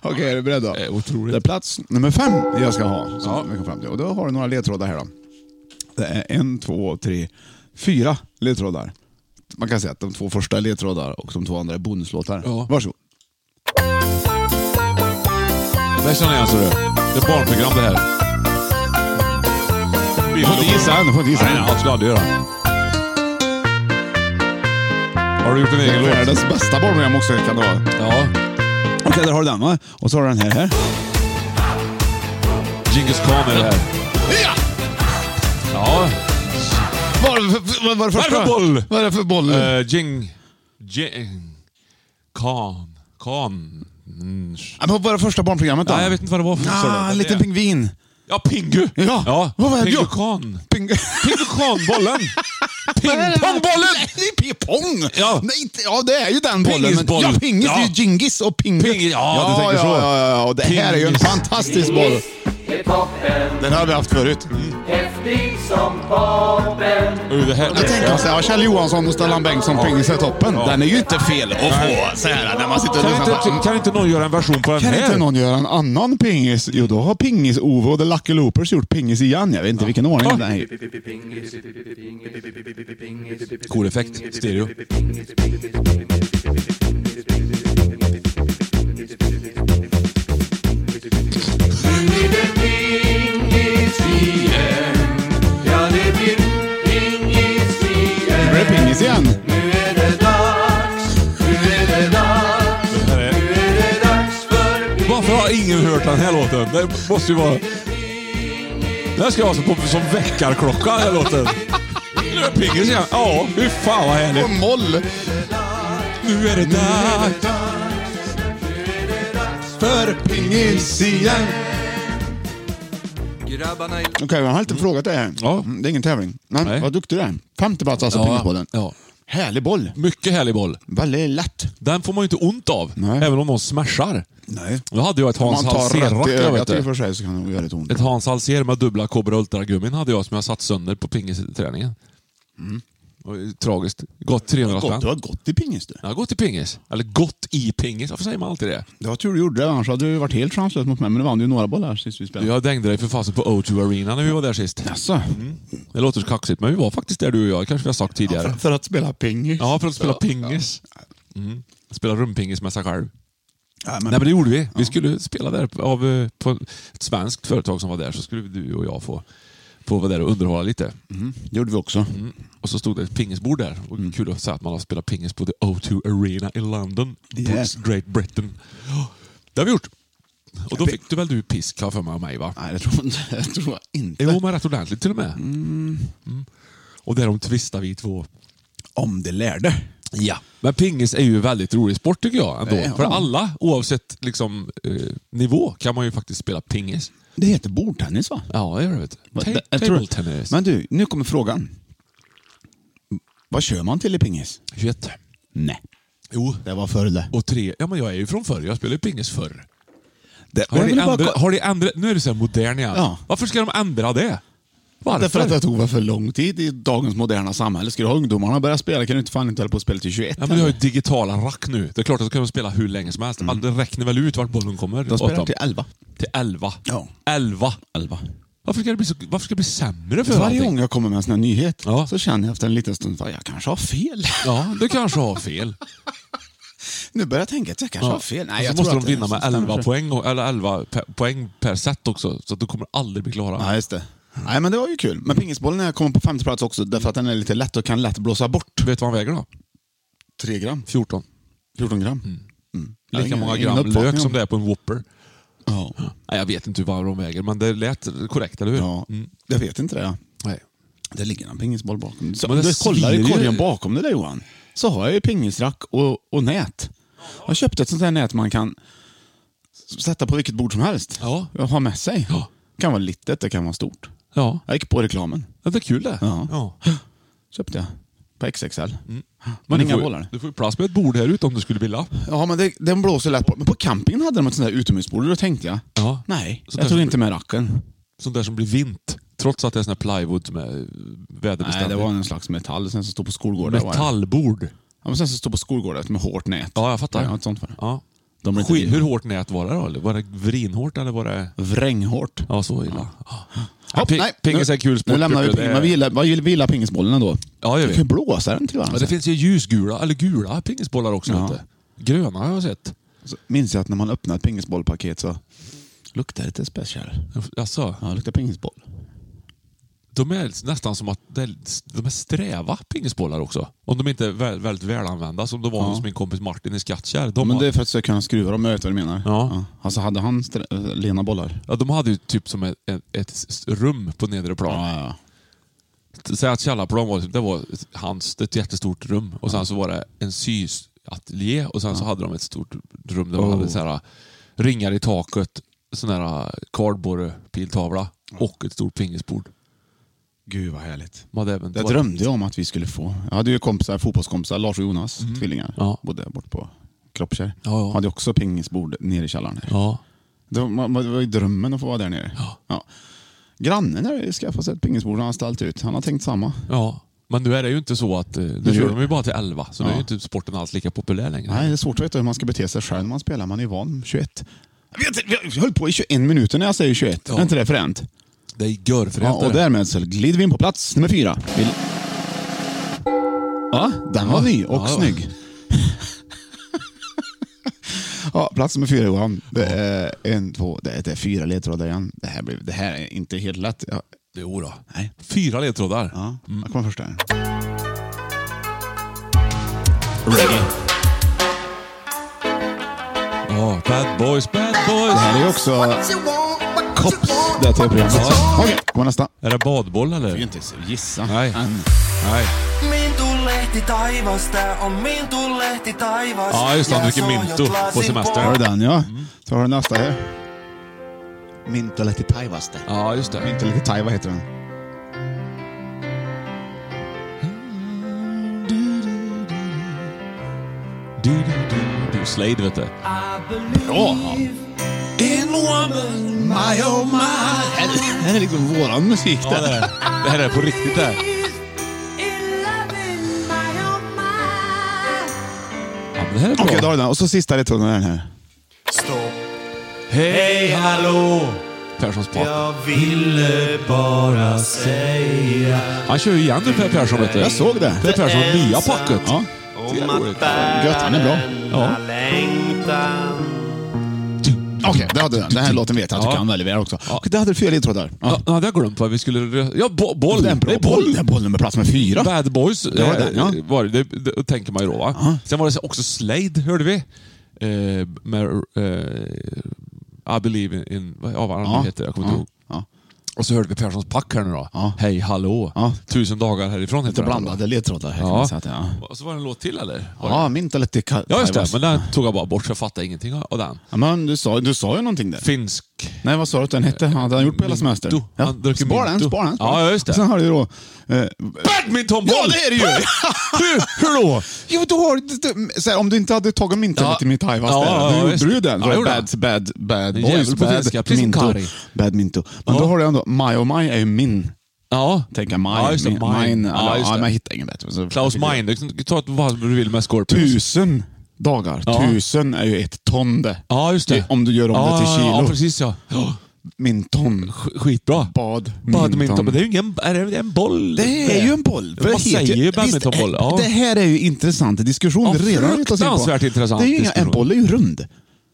Speaker 1: Okej, är du beredd då?
Speaker 2: Det är Eh, otroligt.
Speaker 1: Det är plats nummer fem jag ska ha. Som
Speaker 2: Ja.
Speaker 1: vi kom fram till. Och då har du några ledtrådar här då. Det är en, två, tre, fyra ledtrådar. Man kan säga att de två första är ledtrådar och de två andra är bonuslåtar.
Speaker 2: Ja.
Speaker 1: Varsågod.
Speaker 2: Det känner jag så du. Det är barnprogram det här.
Speaker 1: Du får inte gissa än. Du får inte gissa
Speaker 2: Nej, nej,
Speaker 1: än.
Speaker 2: jag skulle aldrig göra. Har du gjort en
Speaker 1: Det
Speaker 2: egen
Speaker 1: är
Speaker 2: låt?
Speaker 1: världens bästa barnprogram också kan det vara.
Speaker 2: Ja.
Speaker 1: Okej, där har du den va? Och så har du den här. här.
Speaker 2: Djingis Khan är det här.
Speaker 1: Ja!
Speaker 2: Ja.
Speaker 1: Vad är det för- vad var det första?
Speaker 2: Vad är det för boll?
Speaker 1: Vad är det för boll?
Speaker 2: Eh, Jing... Jing... Khan. Khan. Mm.
Speaker 1: Ja, men vad var det första barnprogrammet då?
Speaker 2: Nej, jag vet inte vad det var för sa du.
Speaker 1: Ah,
Speaker 2: Vad
Speaker 1: en
Speaker 2: är
Speaker 1: liten
Speaker 2: det?
Speaker 1: pingvin.
Speaker 2: Ja, Pingu!
Speaker 1: Ja. Vad var det?
Speaker 2: Pingu
Speaker 1: Ja.
Speaker 2: Khan.
Speaker 1: Ping...
Speaker 2: Pingu Khan-bollen! Pingpongbollen!
Speaker 1: Nej, pingpong!
Speaker 2: Ja.
Speaker 1: Nej, inte, ja, det är ju den bollen. Men,
Speaker 2: Pingisboll.
Speaker 1: ja, pingis. Det är ju
Speaker 2: Ja.
Speaker 1: Djingis och pingis.
Speaker 2: Pingis, ja, du
Speaker 1: ja,
Speaker 2: tänker så.
Speaker 1: ja, ja, ja. Och det här är ju en
Speaker 2: Pingis.
Speaker 1: fantastisk boll. Den har vi haft förut.
Speaker 2: Uh, det här...
Speaker 1: Jag tänker så här, ja, Kjell Johansson och Stellan Bengtsson, Pingis är toppen.
Speaker 2: Ja.
Speaker 1: Den är ju inte fel att få så här när man sitter och
Speaker 2: Kan
Speaker 1: lyssnar på
Speaker 2: inte, kan inte någon göra en version på den
Speaker 1: Kan
Speaker 2: här?
Speaker 1: inte någon göra en annan pingis? Jo, då har Pingis-Ove och The Lucky Loopers gjort pingis igen. Jag vet inte vilken ordning den är i.
Speaker 2: Cool effekt. Stereo.
Speaker 1: Nu blir det pingis igen.
Speaker 2: Varför har ingen hört den här låten? Det måste ju vara... Den här ska jag ha som, på- som väckarklocka, den här låten. Nu är pingis igen. Ja, hur fan vad
Speaker 1: Och
Speaker 2: härligt.
Speaker 1: moll.
Speaker 2: Nu är det dags.
Speaker 1: För pingis igen.
Speaker 3: Grabbarna i...
Speaker 1: Okej, jag har inte frågat dig här.
Speaker 2: Ja.
Speaker 1: Mm, Det är ingen tävling. Men
Speaker 2: Nej.
Speaker 1: vad duktig du är. Femte plats alltså, pingisbollen.
Speaker 2: ja.
Speaker 1: Härlig boll.
Speaker 2: Mycket härlig boll.
Speaker 1: Väldigt lätt.
Speaker 2: Den får man ju inte ont av,
Speaker 1: Nej.
Speaker 2: även om någon smashar.
Speaker 1: Nej.
Speaker 2: Då hade jag ett Hans
Speaker 1: Om man tar rätt i
Speaker 2: Halsér-rack, jag vet
Speaker 1: ögat i och
Speaker 2: du.
Speaker 1: för sig så kan det nog göra lite ont.
Speaker 2: Ett Hans Halsér med dubbla Cobra Ultra-gummin hade jag som jag satt sönder på pingisträningen. Mm. Tragiskt. Gått 300
Speaker 1: Gott,
Speaker 2: spänn.
Speaker 1: du har gått i pingis du.
Speaker 2: Jag har gått i pingis. Eller gått i pingis. Varför säger man alltid det?
Speaker 1: Det var tur du gjorde det, annars hade du varit helt chanslös mot mig. Men du vann ju några bollar sist vi spelade. Alltså.
Speaker 2: Jag dängde dig för fasen på O2 Arena när vi var där sist.
Speaker 1: Jaså?
Speaker 2: Mm. Det låter så kaxigt, men vi var faktiskt där du och jag. Det kanske vi har sagt tidigare.
Speaker 1: För att spela pingis.
Speaker 2: Ja, för att spela pingis. Mm. Spela rumpingis med sig själv.
Speaker 1: Ja,
Speaker 2: Nej, men det gjorde vi. Vi skulle spela där på- av eh, på ett svenskt företag som var där. Så skulle du och jag få, få vara där och underhålla lite.
Speaker 1: Det gjorde vi också.
Speaker 2: Och så stod det ett pingisbord där. Och Kul att säga att man har spelat pingis på The O2 Arena i London.
Speaker 1: Yeah.
Speaker 2: Brits- Great Britain. Ja, Det har vi gjort. Och då fick du väl du pisk, har jag för mig, av mig va?
Speaker 1: Nej, det tror jag inte. Det tror jag inte.
Speaker 2: Mm. Jo, men rätt ordentligt till och med. Mm. Och därom tvistar vi två.
Speaker 1: om de lärde.
Speaker 2: Ja. Men pingis är ju en väldigt rolig sport tycker jag ändå.
Speaker 1: Det är-
Speaker 2: För
Speaker 1: ja.
Speaker 2: alla, oavsett liksom, eh, nivå, kan man ju faktiskt spela pingis.
Speaker 1: Det heter bordtennis va?
Speaker 2: Ja, det gör det. vet du. Ta-
Speaker 1: Jag tror-
Speaker 2: Table tennis.
Speaker 1: Men du, nu kommer frågan. Vad kör man till i pingis?
Speaker 2: 21.
Speaker 1: Nej,
Speaker 2: Jo.
Speaker 1: det var förr det.
Speaker 2: Och tre. Ja, men jag är ju från förr. Jag spelade ju pingis förr.
Speaker 1: det
Speaker 2: Har
Speaker 1: jag
Speaker 2: de,
Speaker 1: ville bara
Speaker 2: ändra,
Speaker 1: ko-
Speaker 2: har de ändrat... Nu är det så här modern igen.
Speaker 1: Ja.
Speaker 2: Varför ska de ändra det? Varför?
Speaker 1: Därför att det tog för lång tid i dagens moderna samhälle. Ska du ha ungdomarna börja spela kan du inte fan inte hålla på och spela till 21.
Speaker 2: Ja, men vi har ju digitala rack nu. Det är klart att de kan spela hur länge som helst. Det räknar väl ut vart bollen kommer.
Speaker 1: Mm. De
Speaker 2: åt
Speaker 1: spelar
Speaker 2: dem.
Speaker 1: till 11.
Speaker 2: till 11.
Speaker 1: Ja.
Speaker 2: 11.
Speaker 1: 11.
Speaker 2: Varför ska det bli, så, varför ska det bli sämre för
Speaker 1: Varje
Speaker 2: allting?
Speaker 1: gång jag kommer med en sån här nyhet
Speaker 2: Ja.
Speaker 1: så känner jag efter en liten stund att jag kanske har fel.
Speaker 2: Ja, du kanske har fel.
Speaker 1: Nu börjar jag tänka att jag kanske har fel.
Speaker 2: Och
Speaker 1: Nej,
Speaker 2: så
Speaker 1: jag
Speaker 2: måste
Speaker 1: tror
Speaker 2: de
Speaker 1: att det
Speaker 2: vinna med
Speaker 1: stämmer
Speaker 2: 11
Speaker 1: sig.
Speaker 2: poäng, och- eller 11 pe- poäng per set också, så att du kommer aldrig bli klara.
Speaker 1: Ja, just det. Nej, men det var ju kul. Men pingisbollen har kommit på femte plats också därför att den är lite lätt och kan lätt blåsa bort.
Speaker 2: Vet du vad han väger då?
Speaker 1: Tre gram.
Speaker 2: 14.
Speaker 1: 14 gram. Jag har
Speaker 2: Mm. Lika
Speaker 1: ingen-
Speaker 2: många
Speaker 1: ingen
Speaker 2: gram
Speaker 1: uppfattning
Speaker 2: lök
Speaker 1: om
Speaker 2: som det Mm. är på en Whopper.
Speaker 1: Ja.
Speaker 2: Nej, jag vet inte vad de väger, men det lät korrekt, eller hur?
Speaker 1: ja.
Speaker 2: Mm.
Speaker 1: Jag vet inte det. Ja.
Speaker 2: Nej.
Speaker 1: Det ligger en pingisboll bakom. Så
Speaker 2: Men
Speaker 1: om
Speaker 2: det
Speaker 1: du kollar i
Speaker 2: svider ju.
Speaker 1: korgen bakom dig där Johan, så har jag ju pingisrack och, och nät. Jag köpte ett sånt här nät man kan s- sätta på vilket bord som helst.
Speaker 2: Ja.
Speaker 1: Ha med sig.
Speaker 2: Ja.
Speaker 1: kan vara litet, det kan vara stort.
Speaker 2: Ja.
Speaker 1: Jag gick på reklamen.
Speaker 2: ja, det är kul det.
Speaker 1: Ja. Köpte jag. På XXL. Men,
Speaker 2: Mm. Men du
Speaker 1: inga
Speaker 2: får,
Speaker 1: bollar.
Speaker 2: ju- du får ju plats med ett bord här ute om du skulle vilja.
Speaker 1: Ja, men det, den blåser lätt bort. Men på campingen hade de ett sånt där utomhusbord och då tänkte jag,
Speaker 2: Ja.
Speaker 1: nej,
Speaker 2: Så
Speaker 1: jag
Speaker 2: där-
Speaker 1: tog inte med racken.
Speaker 2: Sånt där som blir vint, trots att det är sån här plywood som är eh, väderbeständigt.
Speaker 1: Nej, det var en slags metall sen som stod på skolgårdar. var det.
Speaker 2: Metallbord.
Speaker 1: Ja, men sen som stod på skolgårdar med hårt nät.
Speaker 2: Ja, jag fattar.
Speaker 1: Ja, ett sånt var det.
Speaker 2: Ja.
Speaker 1: De blir inte
Speaker 2: Skit, hur
Speaker 1: vinna.
Speaker 2: hårt nät var det då? eller? Var det vrinhårt eller var det...
Speaker 1: Vränghårt.
Speaker 2: Ja, så illa. Ja,
Speaker 1: Hopp,
Speaker 2: ping-
Speaker 1: nej,
Speaker 2: pingis är en kul sport.
Speaker 1: Nu lämnar vi
Speaker 2: tycker
Speaker 1: pingis,
Speaker 2: jag.
Speaker 1: men vi gillar, vi gillar- vi gillar pingisbollen ändå.
Speaker 2: Ja, gör
Speaker 1: vi kan ju
Speaker 2: vi.
Speaker 1: blåsa den till varandra.
Speaker 2: Men det finns ju ljusgula, eller gula pingisbollar också.
Speaker 1: Ja.
Speaker 2: vet du. Gröna har jag sett.
Speaker 1: Så minns jag att när man öppnar ett pingisbollpaket så luktar det lite special.
Speaker 2: Alltså,
Speaker 1: Ja, det luktar pingisboll.
Speaker 2: de är nästan som att det är- de är sträva pingisbollar också. Om de inte är vä- väldigt välanvända, som de var
Speaker 1: Ja.
Speaker 2: hos min kompis Martin i Skattkärr. De,
Speaker 1: Men
Speaker 2: har-
Speaker 1: det är för att jag kan skruva dem, jag vet vad du menar.
Speaker 2: Ja.
Speaker 1: Alltså hade han strä- lena bollar?
Speaker 2: ja, de hade ju typ som ett, ett, ett s- rum på nedre plan.
Speaker 1: Ja, ja, ja.
Speaker 2: Säg att källarplan var, det var ett- hans, ett jättestort rum. Och sen så var det en sysateljé och sen så hade de ett stort rum där man
Speaker 1: Oh.
Speaker 2: hade så här, eh, ringar i taket, sån här eh, cardboard-piltavla och ett stort pingisbord.
Speaker 1: Gud vad härligt.
Speaker 2: De hade även
Speaker 1: Det drömde jag om att vi skulle få. Jag hade ju kompisar, fotbollskompisar, Lars och Jonas, tvillingar.
Speaker 2: Mm. Ja.
Speaker 1: Bodde bort på Kroppkärr.
Speaker 2: Ja, ja.
Speaker 1: Hade också pingisbord nere i källaren. Här.
Speaker 2: Ja.
Speaker 1: Det, var, man- det var ju drömmen att få vara där nere. Ja. Grannen har skaffat sig ett pingisbord och han har ställt ut. Han har tänkt samma.
Speaker 2: ja. Men nu är det ju inte så att... eh, Nu
Speaker 1: Nu
Speaker 2: kör
Speaker 1: gör-
Speaker 2: de ju bara till 11, så nu är
Speaker 1: Ja.
Speaker 2: ju inte sporten alls lika populär längre.
Speaker 1: Nej, det är svårt att veta hur man ska bete sig själv när man spelar. Man är ju van 21. Jag, vet, inte, jag höll på i 21 minuter när jag säger 21.
Speaker 2: Ja.
Speaker 1: Är inte det fränt?
Speaker 2: Det är görfränt.
Speaker 1: Ja, och därmed så glider vi in på plats nummer fyra. Vi... Ja, den var ny och
Speaker 2: Ja, ja.
Speaker 1: snygg. ja, plats nummer fyra Johan. Det är en, två, det är, det är fyra ledtrådar igen. Det här, blir, det här är inte helt lätt. Ja,
Speaker 2: Jo då.
Speaker 1: nej.
Speaker 2: Fyra ledtrådar.
Speaker 1: Ja, jag kommer först där.
Speaker 2: Ja, Bad boys, bad boys.
Speaker 1: Det här är ju också Cops. Det här tv-programmet.
Speaker 2: Ja.
Speaker 1: Okej, kommer nästa.
Speaker 2: Är det badboll eller?
Speaker 1: Jag inte gissa.
Speaker 2: Nej. Nej.
Speaker 3: Mintun lehti taivasta on Mintun lehti taivas.
Speaker 2: Ja, just det, han
Speaker 3: Ja
Speaker 2: dricker
Speaker 3: soojut
Speaker 2: Mintu på
Speaker 3: lasin
Speaker 2: semester.
Speaker 1: Har du den ja. Så har du nästa här. Mintoletti Taivaste.
Speaker 2: Ja, just det.
Speaker 1: Mintoletti Taiva heter den.
Speaker 2: Du, du, du, du. Slade, vet du.
Speaker 1: Bra! In woman, my oh my. Det här är liksom våran musik
Speaker 2: Ja, det,
Speaker 1: där.
Speaker 2: är. det här är på riktigt det här. Ja, men det här är bra.
Speaker 1: Okej, då har du den. Och så sista ledtråden är den här.
Speaker 3: Stopp,
Speaker 2: Hej, hallå! Perssons pappa.
Speaker 3: jag ville bara säga
Speaker 2: Han kör ju igen nu, Per Persson. Vet du.
Speaker 1: Jag såg det.
Speaker 2: Per Perssons nya packet.
Speaker 1: Ja.
Speaker 3: om att
Speaker 1: Gött, han är bra.
Speaker 2: Ja.
Speaker 3: bära längtan.
Speaker 1: Okej, där hade du den. Den här låten vet jag att du
Speaker 2: Ja.
Speaker 1: kan väldigt väl också.
Speaker 2: Ja.
Speaker 1: Ja. Där hade du fyra ledtrådar.
Speaker 2: Ja, nu hade jag glömt vad vi skulle... rö- Ja, bo boll!
Speaker 1: Det är en bra boll. Det är boll nummer plats med fyra.
Speaker 2: Bad Boys
Speaker 1: Det var den, ja.
Speaker 2: eh, var det, det, det tänker man ju då. Va? Sen var det så- också Slade, hörde vi. Eh, med eh, I believe in... Vad ja, vad han
Speaker 1: Ja.
Speaker 2: heter, jag kommer inte ihåg.
Speaker 1: Ja.
Speaker 2: Och så hörde vi Perssons pack här nu då.
Speaker 1: Ja.
Speaker 2: Hej hallå.
Speaker 1: Ja.
Speaker 2: Tusen dagar härifrån heter
Speaker 1: Lite
Speaker 2: den.
Speaker 1: blandade ledtrådar här kan man
Speaker 2: Ja.
Speaker 1: säga. att det är,
Speaker 2: Och så var det en låt till eller? Var
Speaker 1: Ja,
Speaker 2: det-
Speaker 1: ja min lite ka-
Speaker 2: ja just det.
Speaker 1: Taivas.
Speaker 2: Men den tog jag bara bort för jag fattade ingenting av av den.
Speaker 1: Ja, men du sa, du sa ju någonting där.
Speaker 2: Finsk.
Speaker 1: Nej, vad sa du att den hette? Hade han gjort på hela
Speaker 2: Minto.
Speaker 1: semestern? Ja.
Speaker 2: Han dricker
Speaker 1: Spara den,
Speaker 2: Minto.
Speaker 1: spara den.
Speaker 2: Ja, ja, just det.
Speaker 1: Och Sen har du ju då... Eh,
Speaker 2: Badmintonboll!
Speaker 1: ja, det är det ju!
Speaker 2: hur, hur då?
Speaker 1: jo, du har, du, du, så här, om du inte hade tagit min
Speaker 2: Ja.
Speaker 1: till mitt hajvas
Speaker 2: Ja, ja,
Speaker 1: där,
Speaker 2: ja,
Speaker 1: då
Speaker 2: visst.
Speaker 1: gjorde du ju den.
Speaker 2: Ja,
Speaker 1: Då är det
Speaker 2: gjorde
Speaker 1: bad, bad, bad
Speaker 2: En jävel
Speaker 1: boys,
Speaker 2: på
Speaker 1: bad,
Speaker 2: finska, precis som Kari.
Speaker 1: bad minto. Men
Speaker 2: Ja.
Speaker 1: då har du ändå, my och my är ju min.
Speaker 2: Ja.
Speaker 1: Tänka mine,
Speaker 2: Ja, just det,
Speaker 1: min-
Speaker 2: mine.
Speaker 1: mine,
Speaker 2: Ja,
Speaker 1: ja,
Speaker 2: just
Speaker 1: ja,
Speaker 2: det.
Speaker 1: men jag hittar ingen bättre. Så-
Speaker 2: Klaus Mein. Du kan ta ett vad du vill med Scorpions.
Speaker 1: Tusen dagar.
Speaker 2: Ja.
Speaker 1: Tusen är ju ett ton det.
Speaker 2: Ja, just det.
Speaker 1: Om du gör om
Speaker 2: ja,
Speaker 1: det till kilo.
Speaker 2: Ja, precis ja. Ja,
Speaker 1: Min ton.
Speaker 2: sk- Skitbra.
Speaker 1: Bad,
Speaker 2: Badminton. Men det är ju ingen... Är det en boll?
Speaker 1: Det är ju en boll. för
Speaker 2: Man
Speaker 1: det heter
Speaker 2: säger ju
Speaker 1: visst, eh,
Speaker 2: badmintonboll, ja.
Speaker 1: Det här är ju intressant diskussion.
Speaker 2: Ja,
Speaker 1: redan har vi gett oss in på.
Speaker 2: fruktansvärt intressant
Speaker 1: Det är ju inga, en
Speaker 2: diskussion.
Speaker 1: boll är ju rund.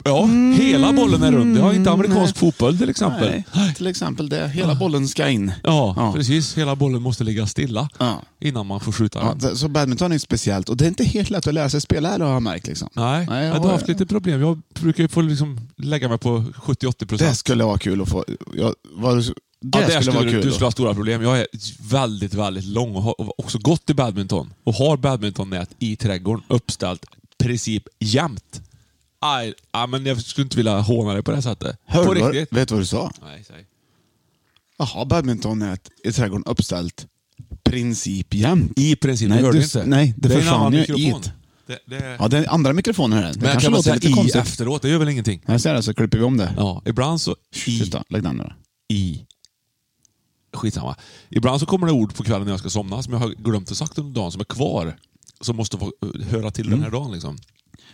Speaker 2: Ja, hela bollen är rund. Det har inte amerikansk fotboll till exempel.
Speaker 1: Mm, Nej, till exempel det. Hela bollen ska in.
Speaker 2: Ja,
Speaker 1: Ja.
Speaker 2: precis. Hela bollen måste ligga stilla
Speaker 1: Ja.
Speaker 2: innan man får skjuta
Speaker 1: Ja,
Speaker 2: den.
Speaker 1: så- så badminton är ju speciellt och det är inte helt lätt att lära sig spela heller har jag märkt. Liksom.
Speaker 2: Nej,
Speaker 1: Nej, jag
Speaker 2: jag har
Speaker 1: har-
Speaker 2: haft lite problem. Jag brukar ju få liksom lägga mig på 70-80 procent.
Speaker 1: Det skulle vara kul att få... Jag, vad, det
Speaker 2: Ja, där
Speaker 1: skulle,
Speaker 2: skulle
Speaker 1: vara
Speaker 2: du,
Speaker 1: kul.
Speaker 2: du
Speaker 1: då.
Speaker 2: skulle ha stora problem. Jag är väldigt, väldigt lång och har och också gått i badminton. Och har badmintonnät i trädgården uppställt princip jämt. Aj, ja, men jag skulle inte vilja håna dig på det här sättet.
Speaker 1: Hör
Speaker 2: på
Speaker 1: du vad-
Speaker 2: riktigt.
Speaker 1: Vet du vad du sa?
Speaker 2: Nej, säg.
Speaker 1: Jaha, badmintonnät i trädgården uppställt princip jämt.
Speaker 2: I princip,
Speaker 1: Nej,
Speaker 2: det hörde
Speaker 1: du-
Speaker 2: du inte.
Speaker 1: nej, det
Speaker 2: är en
Speaker 1: försvann
Speaker 2: annan
Speaker 1: ju
Speaker 2: mikrofon.
Speaker 1: it.
Speaker 2: Det, det, är-
Speaker 1: Ja, den andra mikrofonen här. Det
Speaker 2: men jag
Speaker 1: kanske
Speaker 2: kan bara
Speaker 1: låter
Speaker 2: säga
Speaker 1: lite
Speaker 2: i
Speaker 1: konstigt.
Speaker 2: efteråt, det gör väl ingenting?
Speaker 1: När jag säger det så klipper vi om det.
Speaker 2: Ja, ibland så... I,
Speaker 1: Tysta, lägg den där.
Speaker 2: i. Skitsamma. Ibland så kommer det ord på kvällen när jag ska somna som jag har glömt att sagt under dagen som är kvar. Som måste få eh, höra till den här
Speaker 1: Mm.
Speaker 2: dagen liksom.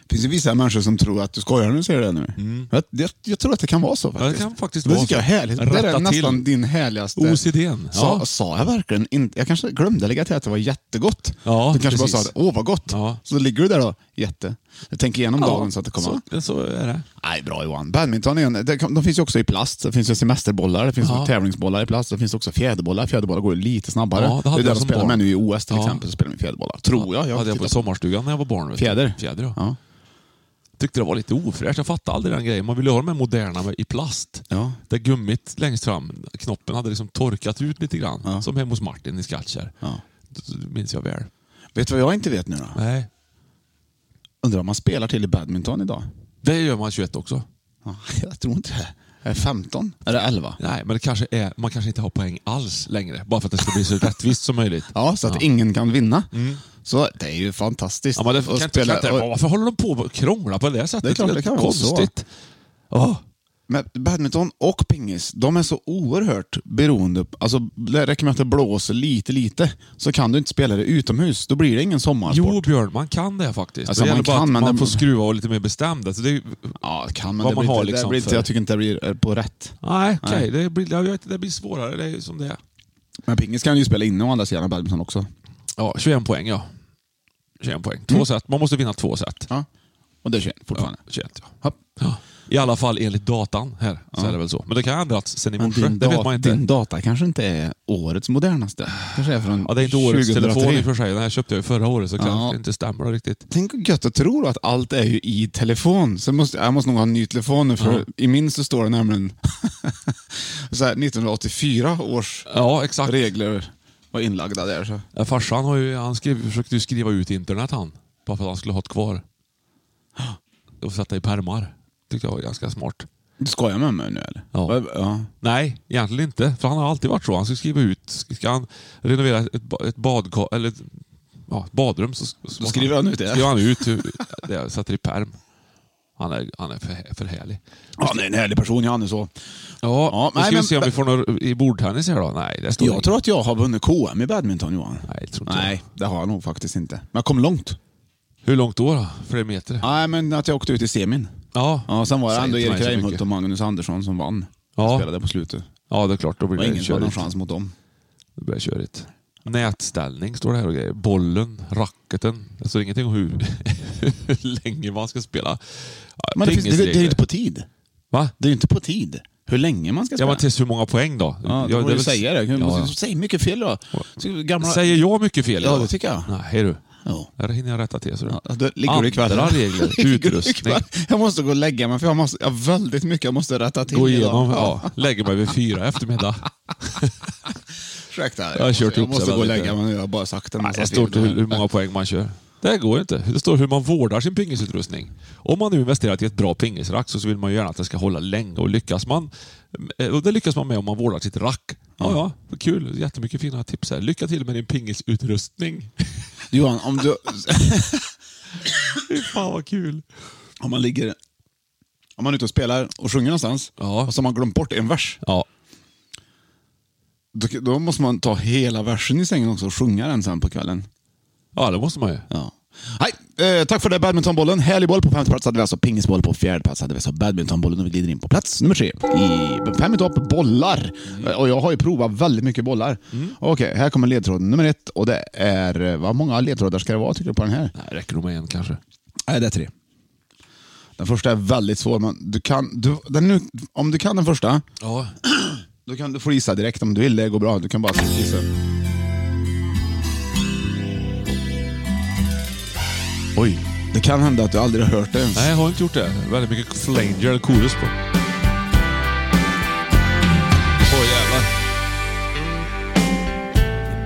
Speaker 1: Det finns ju vissa människor som tror att du skojar när du säger det nu. Jag, jag, jag tror att det kan vara så
Speaker 2: Mm. Ja,
Speaker 1: faktiskt.
Speaker 2: det kan faktiskt
Speaker 1: det
Speaker 2: vara
Speaker 1: tycker
Speaker 2: så.
Speaker 1: jag är härligt. det
Speaker 2: Rätta
Speaker 1: är nästan
Speaker 2: till.
Speaker 1: din härligaste...
Speaker 2: OCDn, ja.
Speaker 1: Sa, sa jag verkligen inte... Jag kanske glömde lägga till att det var jättegott.
Speaker 2: Ja,
Speaker 1: du kanske bara
Speaker 2: precis.
Speaker 1: sa att, åh vad gott.
Speaker 2: Ja.
Speaker 1: Så ligger du där då, jätte. Jag tänker igenom dagen så att det kommer...
Speaker 2: Så, så är det.
Speaker 1: Nej, bra Johan. Badminton är en, det, kan- de finns ju också i plast. Det finns ju semesterbollar, det finns
Speaker 2: Ja.
Speaker 1: tävlingsbollar i plast, det finns också fjäderbollar. Fjäderbollar går ju lite snabbare.
Speaker 2: Ja, det hade
Speaker 1: är
Speaker 2: jag
Speaker 1: de
Speaker 2: som
Speaker 1: spelar
Speaker 2: barn.
Speaker 1: med nu i OS till
Speaker 2: Ja.
Speaker 1: exempel, så spelar de fjäderbollar. Tror jag. jag
Speaker 2: hade jag på
Speaker 1: tittar-
Speaker 2: sommarstugan när jag var barn. vet du.
Speaker 1: Fjäder?
Speaker 2: Fjäder ja.
Speaker 1: Ja.
Speaker 2: Tyckte det var lite ofräscht. Jag fattade aldrig den grejen. Man ville ha de här moderna med, i plast.
Speaker 1: Ja.
Speaker 2: Där gummit längst fram, knoppen hade liksom torkat ut lite grann.
Speaker 1: Ja.
Speaker 2: Som hemma hos Martin i Skattkärr.
Speaker 1: Ja.
Speaker 2: Det det minns jag väl.
Speaker 1: Vet du vad jag inte vet nu då?
Speaker 2: Nej.
Speaker 1: Undrar om man spelar till i badminton idag?
Speaker 2: Det gör man 21 också.
Speaker 1: Ja, Jag tror inte det. Är det 15? Är det 11?
Speaker 2: Nej, men det kanske är, man kanske inte har poäng alls längre. Bara för att det ska bli så rättvist som möjligt.
Speaker 1: Ja, så att ingen kan vinna. Så det är ju fantastiskt.
Speaker 2: Mm. Ja, men det
Speaker 1: att
Speaker 2: kan inte, kan inte,
Speaker 1: och-
Speaker 2: varför håller de på och krånglar på det där sättet?
Speaker 1: Det är klart, det kan vara så.
Speaker 2: konstigt. Ja.
Speaker 1: Men badminton och pingis, de är så oerhört beroende. Alltså, det räcker med att det blåser lite, lite, så kan du inte spela det utomhus. Då blir det ingen sommarsport.
Speaker 2: Jo, Björn, man kan det faktiskt.
Speaker 1: Alltså,
Speaker 2: det
Speaker 1: man
Speaker 2: gäller bara
Speaker 1: kan,
Speaker 2: att
Speaker 1: men
Speaker 2: man
Speaker 1: det-
Speaker 2: får skruva och lite mer bestämd. Alltså, det är,
Speaker 1: ja, kan, men
Speaker 2: Vad
Speaker 1: det
Speaker 2: man
Speaker 1: blir
Speaker 2: har
Speaker 1: inte,
Speaker 2: liksom
Speaker 1: det blir inte,
Speaker 2: för-
Speaker 1: jag tycker inte det blir eh, på rätt.
Speaker 2: nej, okej.
Speaker 1: Nej.
Speaker 2: Det, blir, jag vet, det blir svårare. Det är ju som det är.
Speaker 1: Men pingis kan du ju spela inne å andra sidan, badminton också.
Speaker 2: Ja, 21 poäng, ja. 21 poäng. Två set. Man måste vinna två set.
Speaker 1: Ja. Och det är 21
Speaker 2: Ja,
Speaker 1: fortfarande.
Speaker 2: 21, ja.
Speaker 1: Hopp.
Speaker 2: I alla fall enligt datan här, så är det väl så. Men det kan ha ändrats sen i
Speaker 1: Men
Speaker 2: morse.
Speaker 1: din,
Speaker 2: Det vet
Speaker 1: dat-
Speaker 2: man inte.
Speaker 1: din data kanske inte är årets modernaste. kanske är från
Speaker 2: Ja, det är inte årets
Speaker 1: 2003.
Speaker 2: telefon i och för sig. Den här köpte jag ju förra året, så
Speaker 1: Ja.
Speaker 2: kanske det inte stämmer riktigt.
Speaker 1: Tänk hur gött att tro att allt är ju i telefon. Så måste, jag måste nog ha en ny telefon nu, för i min så står det nämligen så här, 1984 års
Speaker 2: Ja, exakt.
Speaker 1: regler var inlagda där. Så.
Speaker 2: Ja, Farsan har ju, han skrev, försökte ju skriva ut internet han. Bara för att han skulle ha det kvar. Och sätta i pärmar. Tyckte jag var ganska smart.
Speaker 1: Du skojar med mig nu eller?
Speaker 2: Ja.
Speaker 1: Va- ja.
Speaker 2: Nej, egentligen inte. För han har alltid varit så. Han ska skriva ut. Ska han renovera ett, ba- ett, badka, eller ett, ja, ett badrum så, så måste
Speaker 1: skriver han ut det.
Speaker 2: Skriver han ut hur, det jag sätter i pärm. Han är, han är för, för härlig.
Speaker 1: Han är en härlig person, han är så.
Speaker 2: Ja,
Speaker 1: Ja,
Speaker 2: nu
Speaker 1: nej,
Speaker 2: ska
Speaker 1: men-
Speaker 2: vi se om vi får några i bordtennis här då. Nej, det står
Speaker 1: Jag
Speaker 2: inget.
Speaker 1: tror att jag har vunnit KM i badminton Johan.
Speaker 2: Nej, det tror inte
Speaker 1: Nej, det har jag nog faktiskt inte. Men jag kom långt.
Speaker 2: Hur långt då? då? Flera meter?
Speaker 1: Nej, men att jag åkte ut i semin.
Speaker 2: Ja,
Speaker 1: Ja, sen var det
Speaker 2: Säg
Speaker 1: ändå
Speaker 2: inte mig
Speaker 1: Erik
Speaker 2: så
Speaker 1: Reinhult
Speaker 2: mycket.
Speaker 1: och Magnus Andersson som vann.
Speaker 2: Ja.
Speaker 1: Spelade på slutet.
Speaker 2: ja, det är klart. Då
Speaker 1: Det var
Speaker 2: blir det
Speaker 1: ingen som hade en
Speaker 2: körigt.
Speaker 1: chans mot dem.
Speaker 2: Det blir körigt. Nätställning står det här och grejer. Bollen, racketen. Alltså, Det står ingenting om hur, hur länge man ska spela. Ja,
Speaker 1: Men det, finns, det, det är
Speaker 2: pingisregler.
Speaker 1: inte på tid.
Speaker 2: Va?
Speaker 1: Det är ju inte på tid. Hur länge man ska
Speaker 2: Ja,
Speaker 1: spela.
Speaker 2: men tills hur många poäng då?
Speaker 1: Ja, då får
Speaker 2: är
Speaker 1: du
Speaker 2: väl-
Speaker 1: säga det. Du
Speaker 2: Ja,
Speaker 1: måste
Speaker 2: ja.
Speaker 1: Säg mycket fel då. Så Gamla...
Speaker 2: Säger jag mycket fel
Speaker 1: Ja,
Speaker 2: idag?
Speaker 1: det tycker jag.
Speaker 2: Nej, hej du.
Speaker 1: Ja.
Speaker 2: Där hinner jag rätta till. Så
Speaker 1: Ja, då ligger du i kvällen.
Speaker 2: Andra regler,
Speaker 1: Ligger du i
Speaker 2: utrustning.
Speaker 1: kvällen? Jag måste gå och lägga mig för jag, måste, jag har väldigt mycket jag måste rätta till
Speaker 2: Gå
Speaker 1: idag.
Speaker 2: igenom, ja. Lägger mig vid fyra i eftermiddag.
Speaker 1: Ursäkta,
Speaker 2: Jag har kört
Speaker 1: måste,
Speaker 2: ihop
Speaker 1: jag
Speaker 2: så
Speaker 1: måste gå och
Speaker 2: väldigt
Speaker 1: lägga mig nu. Jag har bara sagt en massa
Speaker 2: Det står
Speaker 1: fel.
Speaker 2: inte hur, hur många poäng man kör. Det går ju inte. Det står hur man vårdar sin pingisutrustning. Om man nu investerat i ett bra pingisrack så så vill man ju gärna att det ska hålla länge och lyckas man... eh, Och det lyckas man med om man vårdar sitt rack. Ja, ja, vad kul. Jättemycket fina tips här. Lycka till med din pingisutrustning.
Speaker 1: Johan, om, du,
Speaker 2: Fy fan vad kul.
Speaker 1: om man ligger... Om man är ute och spelar och sjunger någonstans
Speaker 2: Ja.
Speaker 1: och så har man glömt bort en vers.
Speaker 2: Ja,
Speaker 1: Då, då måste man ta hela versen i sängen också och sjunga den sen på kvällen.
Speaker 2: ja det måste man ju.
Speaker 1: Ja. Hej, eh, tack för det badmintonbollen. Härlig boll på femte plats hade vi alltså pingisboll på fjärde plats hade vi alltså badmintonbollen och vi glider in på plats nummer tre. I fem i topp, bollar. Eh, Och jag har ju provat väldigt mycket bollar. Okej, här kommer ledtråd nummer ett och det är, eh, vad många ledtrådar ska det vara tycker du på den här?
Speaker 2: Nej, räcker nog med en kanske.
Speaker 1: Nej, det är tre. Den första är väldigt svår, men du kan, du, den nu, om du kan den första,
Speaker 2: Ja.
Speaker 1: då kan du få gissa direkt om du vill. Det går bra. Du kan bara gissa. Oj. Det kan hända att du aldrig har hört det ens.
Speaker 2: Nej, jag har inte gjort det. Väldigt mycket flanger eller chorus på. Åh jävlar.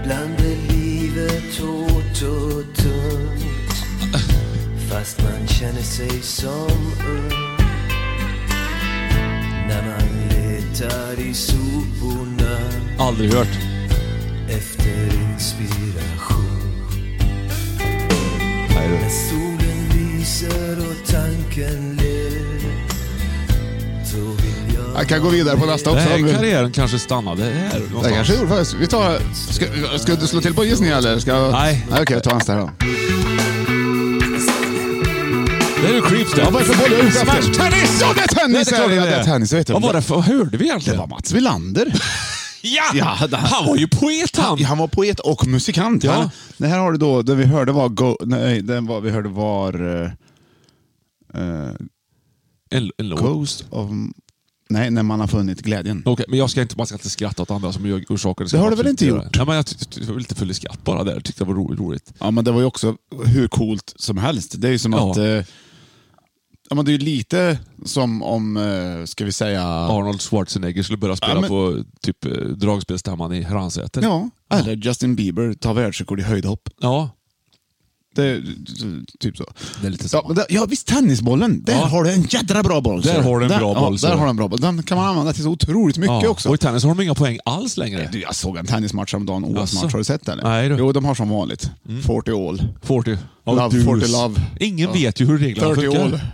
Speaker 3: Ibland är livet hårt och tungt Fast man känner sig som ung När man letar i soporna
Speaker 2: Aldrig hört.
Speaker 3: efter inspiration När solen lyser och tanken ler Då vill jag
Speaker 1: Jag kan gå vidare på nästa
Speaker 2: Det
Speaker 1: också.
Speaker 2: här
Speaker 1: om du-
Speaker 2: karriären kanske stannade här
Speaker 1: det
Speaker 2: någonstans.
Speaker 1: kanske jag gjorde faktiskt. Vi tar... Ska, ska du slå till på en gissning eller? Ska jag...
Speaker 2: Nej.
Speaker 1: Okej, jag tar hans där då.
Speaker 2: Det är ju creeps det.
Speaker 1: Ja, vad är det för boll jag är ute efter?
Speaker 2: Smash tennis!
Speaker 1: Ja, det är tennis!
Speaker 2: klart
Speaker 1: Ja, det är tennis. Jag vet inte.
Speaker 2: Vad var det för... Vad hörde vi
Speaker 1: Det
Speaker 2: egentligen?
Speaker 1: var Mats Wilander.
Speaker 2: Ja!
Speaker 1: Ja, det-
Speaker 2: Han var ju poet han!
Speaker 1: Han var poet och musikant.
Speaker 2: Ja.
Speaker 1: Här, det här har du då, det vi hörde var... Go, nej, den var, vi hörde var... eh, eh,
Speaker 2: En, en låt. Okej,
Speaker 1: Ghost of... Nej, när man har funnit glädjen.
Speaker 2: men jag ska inte, man ska inte skratta åt andra som gör orsaker.
Speaker 1: Det har du väl inte gjort?
Speaker 2: Nej, men jag, tyckte- jag var lite full i skratt bara där. Tyckte det var ro, roligt.
Speaker 1: Ja, men det var ju också hur coolt som helst. Det är ju som
Speaker 2: Ja.
Speaker 1: att... Eh, ja, men det är ju lite som om, eh, ska vi säga... Ja,
Speaker 2: Arnold Schwarzenegger skulle börja spela
Speaker 1: Ja, men-
Speaker 2: på typ eh, dragspelstämman i Ransäter.
Speaker 1: eller Justin Bieber tar världsrekord i höjdhopp.
Speaker 2: ja.
Speaker 1: Det är t- typ så.
Speaker 2: Det är lite
Speaker 1: Ja,
Speaker 2: samma.
Speaker 1: men där, ja visst, tennisbollen. Där
Speaker 2: Ja.
Speaker 1: har du en jädra bra boll. ser
Speaker 2: Där har du en bra
Speaker 1: ja,
Speaker 2: boll, ser
Speaker 1: Där
Speaker 2: du.
Speaker 1: har du en bra boll. Den kan man använda till så otroligt mycket
Speaker 2: ja.
Speaker 1: också.
Speaker 2: Och i tennis har de inga poäng alls längre.
Speaker 1: Du, jag såg en tennismatch häromdagen,
Speaker 2: Asså?
Speaker 1: OS-match. Har du sett den?
Speaker 2: Nej, du. Mm.
Speaker 1: Jo, de har som vanligt. 40 all.
Speaker 2: 40. Ja,
Speaker 1: Love,
Speaker 2: dus.
Speaker 1: 40 love.
Speaker 2: Ingen
Speaker 1: Ja.
Speaker 2: vet ju hur reglerna
Speaker 1: 30 all.
Speaker 2: funkar.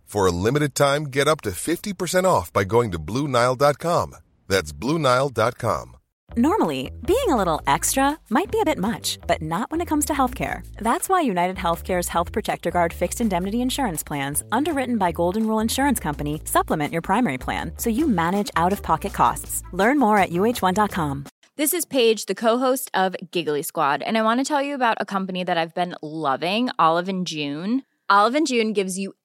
Speaker 4: For a limited time, get up to 50% off by going to Blue Nile.com. That's Blue Nile.com.
Speaker 5: Normally, being a little extra might be a bit much, but not when it comes to healthcare. That's why United Healthcare's Health Protector Guard fixed indemnity insurance plans, underwritten by Golden Rule Insurance Company, supplement your primary plan so you manage out of pocket costs. Learn more at uh1.com.
Speaker 6: This is Paige, the co-host of Giggly Squad, and I want to tell you about a company that I've been loving, Olive and June. Olive and June gives you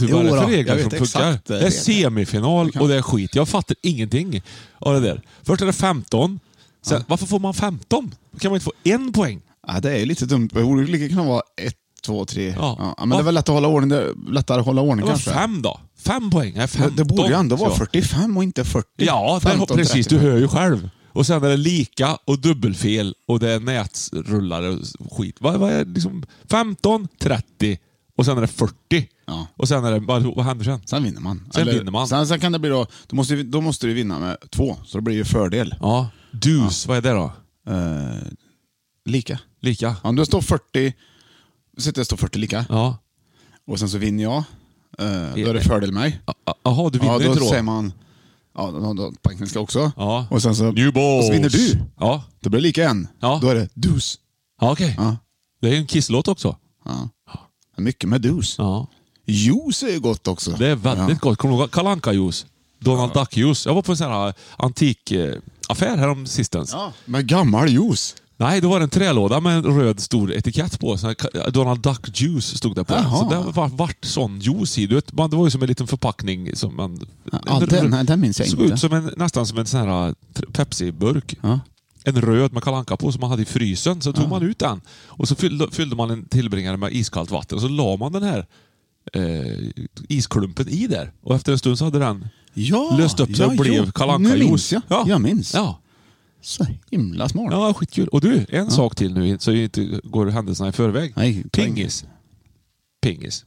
Speaker 2: hur vad är det
Speaker 1: Jo
Speaker 2: för
Speaker 1: då, jag
Speaker 2: regler
Speaker 1: vet
Speaker 2: som funkar.
Speaker 1: exakt eh, det.
Speaker 2: Det är semifinal och det är skit. Jag fattar ingenting av det där. Först är det 15. Sen, Varför får man 15? Då kan man inte få en poäng.
Speaker 1: Ja, det är ju lite dumt. Det borde lika kunna vara ett två, tre.
Speaker 2: Ja.
Speaker 1: Ja. men det var lätt att hålla ordning, det lättare att hålla ordning
Speaker 2: Det var
Speaker 1: kanske.
Speaker 2: fem då. Fem poäng. Nej, fem.
Speaker 1: Det- det borde ju ändå vara
Speaker 2: Ja.
Speaker 1: 45 och inte 40.
Speaker 2: Ja, där, har-
Speaker 1: 15,
Speaker 2: precis.
Speaker 1: 30.
Speaker 2: Du hör ju själv. Och sen är det lika och dubbelfel och det är nätrullare och skit. Vad, vad är det liksom 15, 30 och sen är det 40.
Speaker 1: Ja.
Speaker 2: Och sen är det... Vad, vad händer sen?
Speaker 1: Sen vinner man.
Speaker 2: Sen vinner man.
Speaker 1: Sen, sen kan det bli då, då måste, ju- då måste du vinna med två, så det blir ju fördel.
Speaker 2: Ja. Dus, vad är det då?
Speaker 1: Eh, lika.
Speaker 2: Lika?
Speaker 1: Om du står 40, sitter jag och står 40 lika,
Speaker 2: Ja.
Speaker 1: och sen så vinner jag, eh, då är det fördel mig.
Speaker 2: A- Jaha, du vinner
Speaker 1: Ja, då
Speaker 2: inte då?
Speaker 1: säger man, ja, då, då, då, banken ska också.
Speaker 2: Ja.
Speaker 1: Och sen så,
Speaker 2: New balls.
Speaker 1: och så vinner du.
Speaker 2: Ja.
Speaker 1: Då blir det lika en.
Speaker 2: Ja.
Speaker 1: Då är det dus.
Speaker 2: Ja, okej.
Speaker 1: Ja.
Speaker 2: Det är ju en kisslåt också.
Speaker 1: Ja. Mycket med dus.
Speaker 2: Ja.
Speaker 1: Juice är ju gott också.
Speaker 2: Det är väldigt
Speaker 1: ja.
Speaker 2: gott. Kommer du ihåg Kalle Anka-juice? Donald Duck-juice. Jag var på en sån här eh, antikaffär härom sistens.
Speaker 1: Ja, med gammal juice.
Speaker 2: Nej, då var det en trälåda med en röd stor etikett på. Sån här ka- Donald Duck Juice stod det på.
Speaker 1: Jaha.
Speaker 2: Så det var, vart sån juice i. Du vet, man, det var ju som en liten förpackning. Som man,
Speaker 1: Ja, den- nej, den minns jag
Speaker 2: såg
Speaker 1: inte.
Speaker 2: Ut som en, nästan som en sån här eh, tr- Pepsi-burk.
Speaker 1: Ja.
Speaker 2: En röd med kalanka på som man hade i frysen. Så tog man ut den och så fyllde, fyllde man en tillbringare med iskallt vatten. Och så la man den här eh, isklumpen i där. Och efter en stund så hade den
Speaker 1: Ja,
Speaker 2: löst upp sig och
Speaker 1: ja,
Speaker 2: blev
Speaker 1: jo.
Speaker 2: Kalle Anka
Speaker 1: Nu minns jag.
Speaker 2: Ja.
Speaker 1: Jag minns.
Speaker 2: Ja.
Speaker 1: Så himla smart.
Speaker 2: Ja, skitkul. Och du, en sak till nu så vi inte går händelserna i förväg.
Speaker 1: Nej, poäng.
Speaker 2: Pingis. Pingis.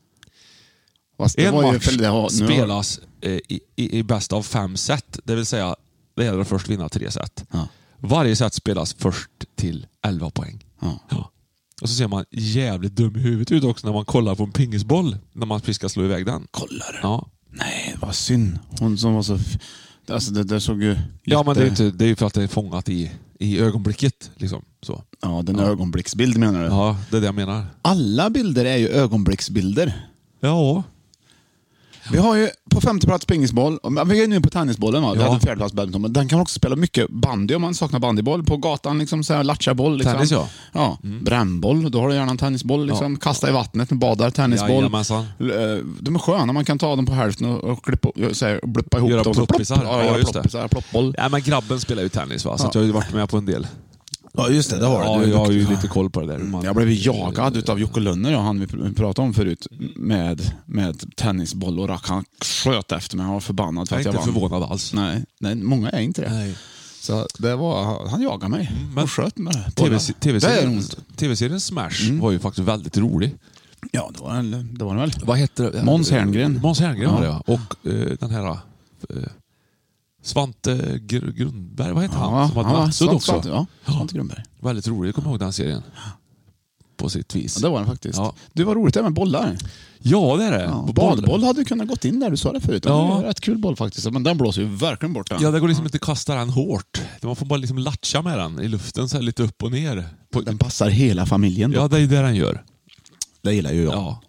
Speaker 1: Fast det
Speaker 2: En
Speaker 1: var ju-
Speaker 2: match
Speaker 1: för det har- nu har-
Speaker 2: spelas eh, i, i, i bäst av fem set. Det vill säga, det gäller att först vinna tre set.
Speaker 1: Ja.
Speaker 2: Varje set spelas först till 11 poäng.
Speaker 1: Ja.
Speaker 2: Och så ser man jävligt dum i huvudet ut också när man kollar på en pingisboll när man precis ska slå iväg den.
Speaker 1: Kollar du?
Speaker 2: Ja.
Speaker 1: Nej, vad synd. Hon som var så... f- Alltså det där såg ju...
Speaker 2: Ja,
Speaker 1: jätte-
Speaker 2: men det är ju inte- det är ju för att det är fångat i, i ögonblicket. Liksom. Så.
Speaker 1: Ja, den är ögonblicksbild menar du?
Speaker 2: Ja, det är det jag menar.
Speaker 1: Alla bilder är ju ögonblicksbilder.
Speaker 2: Ja.
Speaker 1: Vi har ju på femte plats pingisboll. Men Vi är nu på tennisbollen va? Vi
Speaker 2: Ja.
Speaker 1: hade fjärde plats badminton. Men den kan man också spela mycket bandy om man saknar bandyboll. På gatan liksom, så här, latchaboll. Liksom.
Speaker 2: Tennis, ja.
Speaker 1: ja. Brännboll, då har du gärna en tennisboll. Liksom. Kasta i vattnet, badar, tennisboll.
Speaker 2: Jajamensan.
Speaker 1: L- eh, De är sköna, man kan ta dem på hälften och, och, klippa, eh, så här, och bluppa ihop
Speaker 2: Göra
Speaker 1: dem. så plopp.
Speaker 2: ploppisar.
Speaker 1: Ja,
Speaker 2: Ja,
Speaker 1: göra
Speaker 2: just det.
Speaker 1: ploppisar, ploppboll.
Speaker 2: Nej, men grabben spelar ju tennis va, så att jag har ju varit med på en del.
Speaker 1: Ja, just det. Det har
Speaker 2: Ja,
Speaker 1: du. Du är
Speaker 2: jag har ju
Speaker 1: duktig.
Speaker 2: lite koll på det där. Man-
Speaker 1: Jag blev jagad utav Jocke Lönner, ja, han vi pr- pratade om förut, med, med tennisboll och rack. Han sköt efter mig. Han var förbannad för
Speaker 2: Jag är
Speaker 1: att jag
Speaker 2: inte
Speaker 1: vann.
Speaker 2: förvånad alls.
Speaker 1: Nej, nej, många är inte det.
Speaker 2: Nej. Mm,
Speaker 1: Så det var, han jagade mig
Speaker 2: men-
Speaker 1: och sköt med
Speaker 2: TV,
Speaker 1: det är Mm.
Speaker 2: TV-serien
Speaker 1: ont.
Speaker 2: TV-serien Smash var ju faktiskt väldigt rolig.
Speaker 1: Ja, det var, en- det var den väl.
Speaker 2: Vad hette det?
Speaker 1: Måns Herngren.
Speaker 2: Måns Herngren var det ja.
Speaker 1: Ja.
Speaker 2: Och eh, den här eh, Svante Gr- Grundberg, vad heter han?
Speaker 1: Ja,
Speaker 2: Som hade
Speaker 1: ja,
Speaker 2: nattsud
Speaker 1: Svante-
Speaker 2: också.
Speaker 1: Svante- ja, Svante Grundberg.
Speaker 2: Väldigt rolig, jag kommer ihåg den serien. På sitt vis.
Speaker 1: Ja, det var den faktiskt.
Speaker 2: Ja.
Speaker 1: Du, var roligt det här med bollar.
Speaker 2: Ja, det är det.
Speaker 1: Ja,
Speaker 2: På
Speaker 1: Badboll hade du kunnat gått in där, du sa det förut.
Speaker 2: Ja.
Speaker 1: Ja. Det är rätt kul boll faktiskt, men den blåser ju verkligen bort. Den.
Speaker 2: Ja, det går liksom inte att kasta den hårt. Man får bara liksom latcha med den i luften så här lite upp och
Speaker 1: Mm.
Speaker 2: ner. På,
Speaker 1: Den passar hela familjen.
Speaker 2: ja,
Speaker 1: Ja.
Speaker 2: det är det den gör.
Speaker 1: Det gillar ju jag.
Speaker 2: Ja.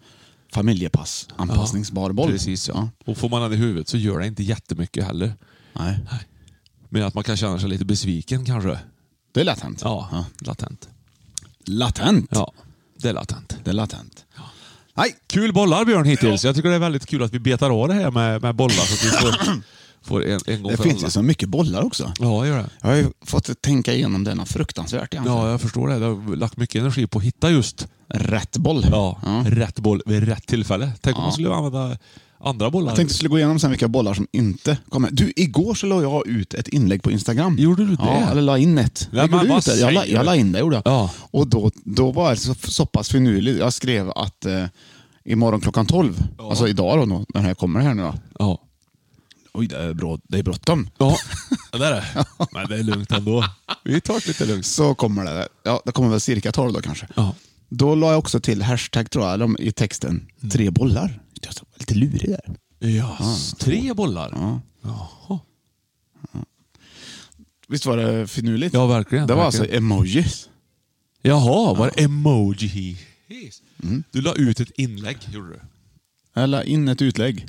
Speaker 1: Familjepass, anpassningsbar boll.
Speaker 2: Precis ja. Och får man den i huvudet så gör det inte jättemycket heller.
Speaker 1: Nej.
Speaker 2: Men att man kan känna sig lite besviken kanske.
Speaker 1: Det är latent.
Speaker 2: Ja, latent.
Speaker 1: Latent?
Speaker 2: Ja, det är latent.
Speaker 1: Det är latent.
Speaker 2: Nej, kul bollar Björn hittills. Jag tycker det är väldigt kul att vi betar av det här med, med bollar så att vi får, får en, en gång
Speaker 1: Det
Speaker 2: för
Speaker 1: finns
Speaker 2: alla.
Speaker 1: ju så mycket bollar också.
Speaker 2: Ja, det gör det.
Speaker 1: Jag har ju fått tänka igenom denna fruktansvärt. egentligen.
Speaker 2: Ja, jag förstår det. Du har lagt mycket energi på att hitta just
Speaker 1: Rätt boll.
Speaker 2: ja, rätt boll vid rätt tillfälle. Tänk om man skulle använda andra bollar.
Speaker 1: Jag tänkte jag skulle gå igenom sen vilka bollar som inte kommer. Du, igår så la jag ut ett inlägg på Instagram.
Speaker 2: Gjorde du det?
Speaker 1: Ja, eller la in ett.
Speaker 2: Nej,
Speaker 1: Jag
Speaker 2: men
Speaker 1: gjorde
Speaker 2: vad
Speaker 1: ut det. Jag, la,
Speaker 2: säger
Speaker 1: jag
Speaker 2: du?
Speaker 1: la in det, gjorde jag.
Speaker 2: Ja.
Speaker 1: Och då, då var det så, så pass finurligt. Jag skrev att eh, imorgon klockan 12, alltså idag då, när den här kommer här nu då.
Speaker 2: Ja.
Speaker 1: Oj, det är, bra, det är bråttom.
Speaker 2: Ja, det är det. Men det är lugnt ändå. Vi tar det lite lugnt.
Speaker 1: Så kommer det. Ja, det kommer väl cirka 12 då kanske.
Speaker 2: Ja.
Speaker 1: Då la jag också till hashtag tror jag, eller om- i texten,
Speaker 2: Mm.
Speaker 1: tre bollar. Jag var lite lurig där.
Speaker 2: Ja, tre bollar. Ja,
Speaker 1: Visst var det finurligt?
Speaker 2: verkligen.
Speaker 1: Det var
Speaker 2: verkligen.
Speaker 1: alltså emojis.
Speaker 2: Jaha, var det emoji he? he's? Du la ut ett inlägg, gjorde du?
Speaker 1: Jag la Mm. in ett utlägg.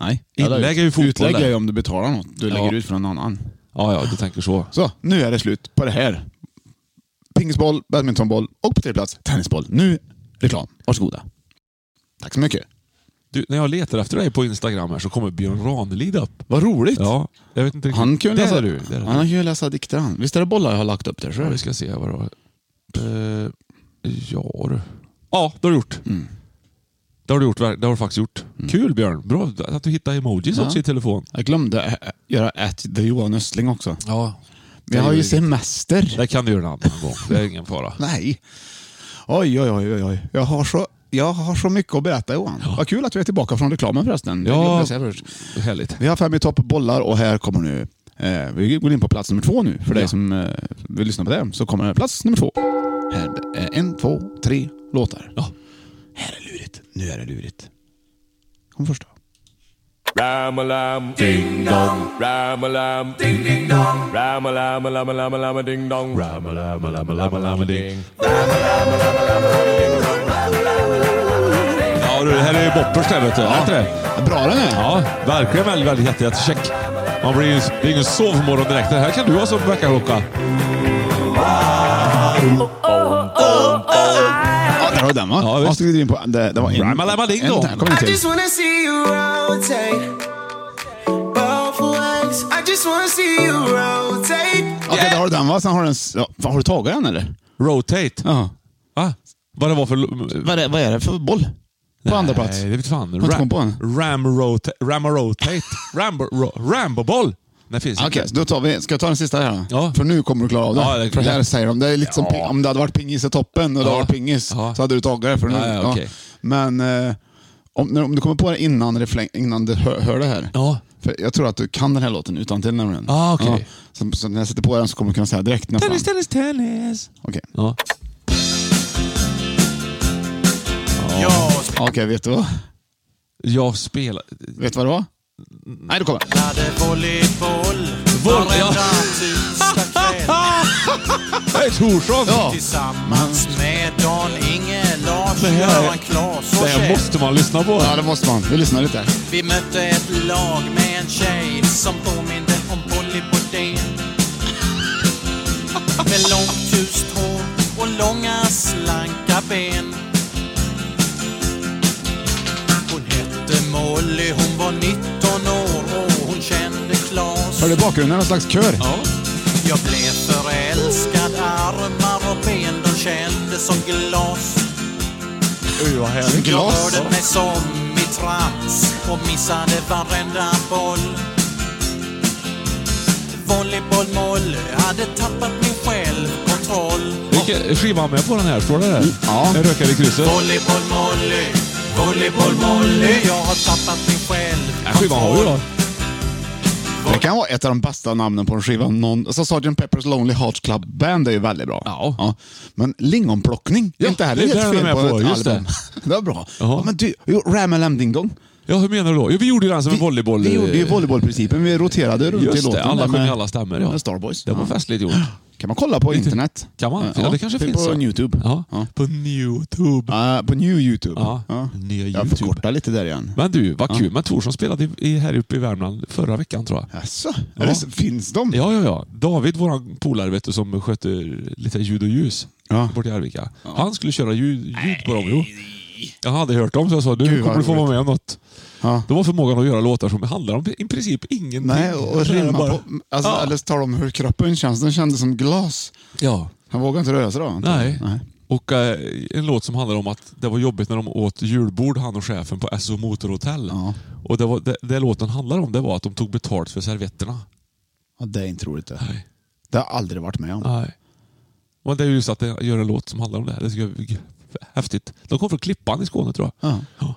Speaker 1: Nej. jag la
Speaker 2: Inlägg
Speaker 1: ut-
Speaker 2: är ju fotboll
Speaker 1: Utlägg
Speaker 2: där.
Speaker 1: är ju om du betalar något. Du
Speaker 2: Ja.
Speaker 1: lägger ut för någon annan.
Speaker 2: Ja, ja, du tänker så.
Speaker 1: Så, nu är det slut på det här. Pingisboll, badmintonboll och på tredje plats tennisboll. Nu reklam. Varsågoda. Tack så mycket.
Speaker 2: Du, när jag letar efter dig på Instagram här så kommer Björn Ranelid upp.
Speaker 1: Vad roligt.
Speaker 2: Ja, jag vet inte riktigt.
Speaker 1: Han kan ju
Speaker 2: Där
Speaker 1: läsa,
Speaker 2: är du. Där är
Speaker 1: han
Speaker 2: du.
Speaker 1: kan ju läsa dikter han. Visst är det bollar jag har lagt upp där? Så
Speaker 2: Ja,
Speaker 1: är
Speaker 2: vi
Speaker 1: det.
Speaker 2: ska se vad det var. Eh, ja du. Ja, det har du gjort. Det har du gjort. ver- Det har du faktiskt gjort. Kul Björn. Bra att du hittade emojis också i telefon.
Speaker 1: Jag glömde ä- göra at the Johan Östling också.
Speaker 2: Ja.
Speaker 1: Vi har ju semester.
Speaker 2: Det kan du göra en annan gång. Det är ingen fara.
Speaker 1: Nej. Oj, oj, oj, oj, oj. Jag har så, jag har så mycket att berätta Johan. Vad kul att vi är tillbaka från reklamen förresten. Jag glömde
Speaker 2: Ja,
Speaker 1: säga först.
Speaker 2: härligt.
Speaker 1: Vi har fem i topp bollar och här kommer nu... Eh, vi går in på plats nummer två nu. För dig som eh, vill lyssna på det så kommer plats nummer två. Här är en, två, tre låtar.
Speaker 2: Ja.
Speaker 1: Här är lurigt. Nu är det lurigt. Kom först då.
Speaker 7: Ram-a-lam, ding dong. Ram-a-lam, ding ding dong. Ram-a-lam, a-lam, a-lam, a-lam, a ding dong. Ram-a-lam, a-lam, a-lam, a-lam, a ding.
Speaker 2: Ja, du, det här är ju boppers det här, vet du. Ja. Det?
Speaker 1: Bra den är.
Speaker 2: ja, verkligen väldigt, väldigt jätte, jättecheck. Man blir ju, det är ingen sovmorgon direkt. Det här kan du ha som väckarklocka.
Speaker 1: Ja, där har du den va?
Speaker 2: Ja, visst.
Speaker 1: Ja, så går vi in på... Det, det var en...
Speaker 2: Ramalamading
Speaker 1: en
Speaker 2: dong.
Speaker 1: där. Kom in
Speaker 8: I
Speaker 1: till.
Speaker 8: just wanna see you rotate. Both ways. I just wanna see you rotate.
Speaker 1: Okej, där har du den va? Sen har du en... s- Ja, fan, har du tagit den eller?
Speaker 2: Rotate.
Speaker 1: Ja.
Speaker 2: Va? Vad det var för...
Speaker 1: Vad är, det- vad är det för boll? På andra plats.
Speaker 2: Nej, det vet fan.
Speaker 1: inte kommit på den.
Speaker 2: ram rotate. Ram rotate. Rambo, ro, Rambo-boll. Det finns
Speaker 1: Okej,
Speaker 2: inte.
Speaker 1: så då tar vi... Ska jag ta den sista här då?
Speaker 2: Ja.
Speaker 1: För nu kommer du klara av det.
Speaker 2: Ja, det-
Speaker 1: för här säger de, det är lite som
Speaker 2: Ja.
Speaker 1: ping- om det hade varit pingis i toppen och det
Speaker 2: Ja.
Speaker 1: hade varit pingis
Speaker 2: Ja.
Speaker 1: så hade du tagit det. För nu,
Speaker 2: Ja, ja, okej.
Speaker 1: Men eh, om, när- om du kommer på det innan, refläng, innan du hör, hör det här.
Speaker 2: Ja.
Speaker 1: För jag tror att du kan den här låten utan till nämligen.
Speaker 2: Ah, okej.
Speaker 1: så, så när jag sätter på den så kommer du kunna säga direkt nästan.
Speaker 2: Tennis,
Speaker 1: Okej.
Speaker 2: tennis, tennis. Ja.
Speaker 1: Okej, vet du vad?
Speaker 2: Jag spelar...
Speaker 1: Vet du vad det var? Nej, då kommer den.
Speaker 8: volleyboll.
Speaker 2: Voll- ja. Det är Torsson!
Speaker 1: Ja.
Speaker 8: Tillsammans med Dan Inge, Lars,
Speaker 2: här-
Speaker 8: Göran, Klas
Speaker 2: Det här måste man lyssna på.
Speaker 1: ja, det måste man. Vi lyssnar lite.
Speaker 8: Vi mötte ett lag med en tjej som påminde om Polly Boudin. Med långt ljust hår och långa slanka ben. Hon hette Molly, hon var 19 år och hon kände Klas.
Speaker 1: Hör du i bakgrunden någon slags kör?
Speaker 8: Jag blev förälskad, armar och ben, de kändes som glas.
Speaker 2: Oj, vad härligt.
Speaker 8: Jag
Speaker 1: Glas.
Speaker 8: rörde mig som i trans och missade varenda boll. Volleybollmoll hade tappat min självkontroll.
Speaker 2: Vilken skiva har med på den här? Står det där?
Speaker 1: Ja.
Speaker 2: En rökare i krysset.
Speaker 8: Volleybollmolly, volleybollmolly, jag har tappat min
Speaker 2: Den skivan har vi
Speaker 8: självkontroll.
Speaker 2: då.
Speaker 1: Det kan vara ett av de bästa namnen på en skiva. Någon, alltså Sgt. Pepper's Lonely Hearts Club Band är ju väldigt bra.
Speaker 2: Ja.
Speaker 1: Men Lingonplockning är
Speaker 2: Ja,
Speaker 1: inte heller
Speaker 2: det är
Speaker 1: helt
Speaker 2: den de
Speaker 1: fel
Speaker 2: är
Speaker 1: på,
Speaker 2: på,
Speaker 1: ett
Speaker 2: just
Speaker 1: album. Det. var bra. Ja, men du, jo, Ram and Lam Ding Dong.
Speaker 2: Ja, hur menar du då? Jo, vi gjorde ju den som en volleyboll...
Speaker 1: Vi gjorde ju volleybollprincipen. Vi roterade runt i
Speaker 2: Just det,
Speaker 1: låten.
Speaker 2: alla
Speaker 1: där
Speaker 2: sjunger
Speaker 1: med-
Speaker 2: alla stämmer. Ja.
Speaker 1: med Starboys.
Speaker 2: Det var
Speaker 1: Ja.
Speaker 2: festligt gjort.
Speaker 1: Kan man kolla på internet?
Speaker 2: Kan man? Ja,
Speaker 1: Ja,
Speaker 2: det kanske
Speaker 1: typ
Speaker 2: finns.
Speaker 1: på
Speaker 2: så.
Speaker 1: YouTube.
Speaker 2: Ja.
Speaker 1: Ja.
Speaker 2: På YouTube.
Speaker 1: Ja, Eh, på New YouTube.
Speaker 2: Ja, nya
Speaker 1: Jag
Speaker 2: YouTube.
Speaker 1: förkortar lite där igen.
Speaker 2: Men du, vad kul. Men Torsson spelade i- i, här uppe i Värmland förra veckan, tror jag.
Speaker 1: Jaså?
Speaker 2: Ja.
Speaker 1: Är det så- Finns de?
Speaker 2: Ja, ja, ja. David, vår polare, vet du, som sköter lite ljud och ljus
Speaker 1: Ja.
Speaker 2: borta i Arvika. Han skulle köra ljud, ljud på dem, jo. Jag hade hört dem, så jag sa du
Speaker 1: Gud, vad
Speaker 2: kommer du få
Speaker 1: roligt.
Speaker 2: vara med om något.
Speaker 1: Ja.
Speaker 2: De har förmågan att göra låtar som handlar om i princip ingenting.
Speaker 1: Nej, och
Speaker 2: Det är
Speaker 1: rimma
Speaker 2: bara-
Speaker 1: på... Alltså,
Speaker 2: ja.
Speaker 1: Eller så tar de hur kroppen känns. Den kändes som glas.
Speaker 2: ja.
Speaker 1: Han vågar inte röra sig då?
Speaker 2: Nej.
Speaker 1: Nej.
Speaker 2: Och eh, en låt som handlar om att det var jobbigt när de åt julbord, han och chefen på SO Motorhotell.
Speaker 1: Ja.
Speaker 2: Och det, var, det, det låten handlar om det var att de tog betalt för servetterna.
Speaker 1: Ja, det är inte roligt det.
Speaker 2: Nej.
Speaker 1: Det har jag aldrig varit med om.
Speaker 2: Nej. Men det är ju just att det gör en låt som handlar om det. här. Det tycker jag är g- häftigt. De kom från Klippan i Skåne tror jag.
Speaker 1: Ja.
Speaker 2: Ja.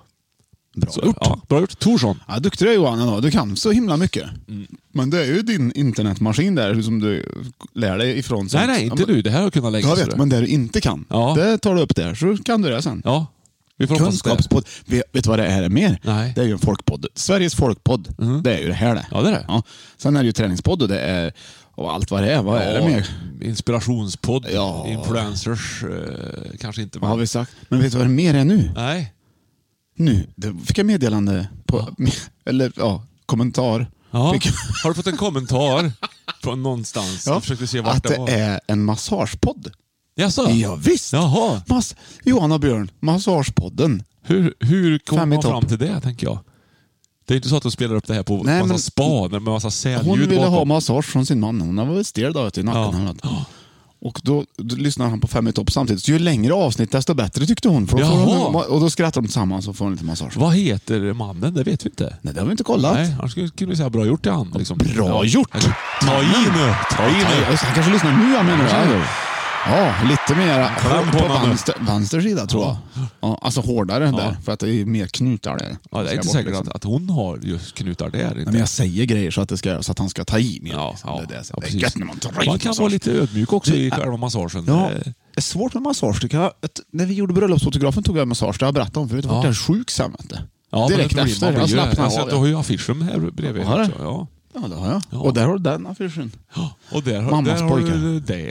Speaker 1: Bra
Speaker 2: Så,
Speaker 1: gjort.
Speaker 2: Ja, bra gjort. Torsson.
Speaker 1: Ja, duktig du är Johan ändå. Du kan så himla mycket.
Speaker 2: Mm.
Speaker 1: Men det är ju din internetmaskin där som du lär dig ifrån.
Speaker 2: Nej, nej, inte
Speaker 1: ja, men-
Speaker 2: du. Det här har jag kunnat lägga
Speaker 1: Jag
Speaker 2: så
Speaker 1: vet,
Speaker 2: det-
Speaker 1: men det du inte kan,
Speaker 2: Ja.
Speaker 1: det tar du upp där så kan du det sen.
Speaker 2: Ja. Vi får hoppas det.
Speaker 1: Kunskapspodd. Vet, vet du vad det här är mer?
Speaker 2: Nej. Mm.
Speaker 1: Det är ju en folkpodd. Sveriges folkpodd. Det är ju det här det.
Speaker 2: Ja, det är det.
Speaker 1: Ja. Sen är det ju träningspodd och det är och allt vad det är. Vad är det mer?
Speaker 2: Inspirationspodd.
Speaker 1: Ja.
Speaker 2: Influencers. Eh, kanske inte.
Speaker 1: Vad har
Speaker 2: Men...
Speaker 1: vi sagt? Men vet du vad det mer är nu?
Speaker 2: Nej.
Speaker 1: Nu det fick jag meddelande på, eller ja, kommentar.
Speaker 2: Ja.
Speaker 1: Fick jag.
Speaker 2: Har du fått en kommentar från någonstans? Jag försökte se vart
Speaker 1: att
Speaker 2: det
Speaker 1: det
Speaker 2: var.
Speaker 1: är en massagepodd.
Speaker 2: Jaså?
Speaker 1: Ja, visst.
Speaker 2: Jaha.
Speaker 1: Mas- Johan och Björn, massagepodden.
Speaker 2: Hur, hur kom
Speaker 1: Fem i
Speaker 2: man
Speaker 1: topp.
Speaker 2: fram till det, tänker jag? Det är inte så att de spelar upp det här på
Speaker 1: Nej,
Speaker 2: massa
Speaker 1: men-
Speaker 2: span med massa
Speaker 1: Hon
Speaker 2: sälljud
Speaker 1: ville
Speaker 2: bakom.
Speaker 1: ha massage från sin man. Hon var väl stel då, vet du, i nacken.
Speaker 2: Ja.
Speaker 1: eller något. Och då, då lyssnar han på Fem i topp samtidigt. Så ju längre avsnitt desto bättre tyckte hon. För då får
Speaker 2: Jaha.
Speaker 1: hon och då skrattar de tillsammans och får en liten massage.
Speaker 2: Vad heter mannen? Det vet vi inte.
Speaker 1: Nej, det har vi inte kollat.
Speaker 2: Nej, annars skulle kunde vi säga bra gjort till han. Liksom.
Speaker 1: Bra
Speaker 2: Ja.
Speaker 1: gjort! Mm.
Speaker 2: Ta i nu! Ta i
Speaker 1: Ja,
Speaker 2: nu!
Speaker 1: just det, Han kanske lyssnar nu jag menar du? Ja, lite mer
Speaker 2: Kläm på
Speaker 1: på,
Speaker 2: honom nu.
Speaker 1: vänster, vänster sida tror jag. Ja, alltså hårdare där, för att det är mer knutar där.
Speaker 2: Ja, det är
Speaker 1: Ska
Speaker 2: inte
Speaker 1: bort,
Speaker 2: säkert
Speaker 1: liksom.
Speaker 2: att, att hon har just knutar där. Inte.
Speaker 1: Nej, men jag säger grejer så att, det ska, så att han ska ta i mer.
Speaker 2: Ja,
Speaker 1: liksom.
Speaker 2: ja,
Speaker 1: det, är det,
Speaker 2: ja,
Speaker 1: det är
Speaker 2: precis.
Speaker 1: gött när man tar i.
Speaker 2: Man kan vara lite ödmjuk också i
Speaker 1: Det-
Speaker 2: själva massagen.
Speaker 1: Ja,
Speaker 2: Eh,
Speaker 1: det är svårt med massage. Det kan, jag- att, när vi gjorde bröllopsfotografen tog jag massage, det har jag berättat om förut. Jag vart
Speaker 2: Ja.
Speaker 1: helt sjuk sen. vet du.
Speaker 2: ja, men
Speaker 1: Direkt
Speaker 2: det blir-
Speaker 1: efter.
Speaker 2: man
Speaker 1: Jag
Speaker 2: blir ju-
Speaker 1: slappnade
Speaker 2: alltså,
Speaker 1: av.
Speaker 2: Du har ju affischen här bredvid.
Speaker 1: Har du?
Speaker 2: också, Ja.
Speaker 1: Ja, det har jag.
Speaker 2: Ja.
Speaker 1: Och där har du den affischen.
Speaker 2: Och där, har-
Speaker 1: Mammas
Speaker 2: där har du
Speaker 1: pojkar.
Speaker 2: det.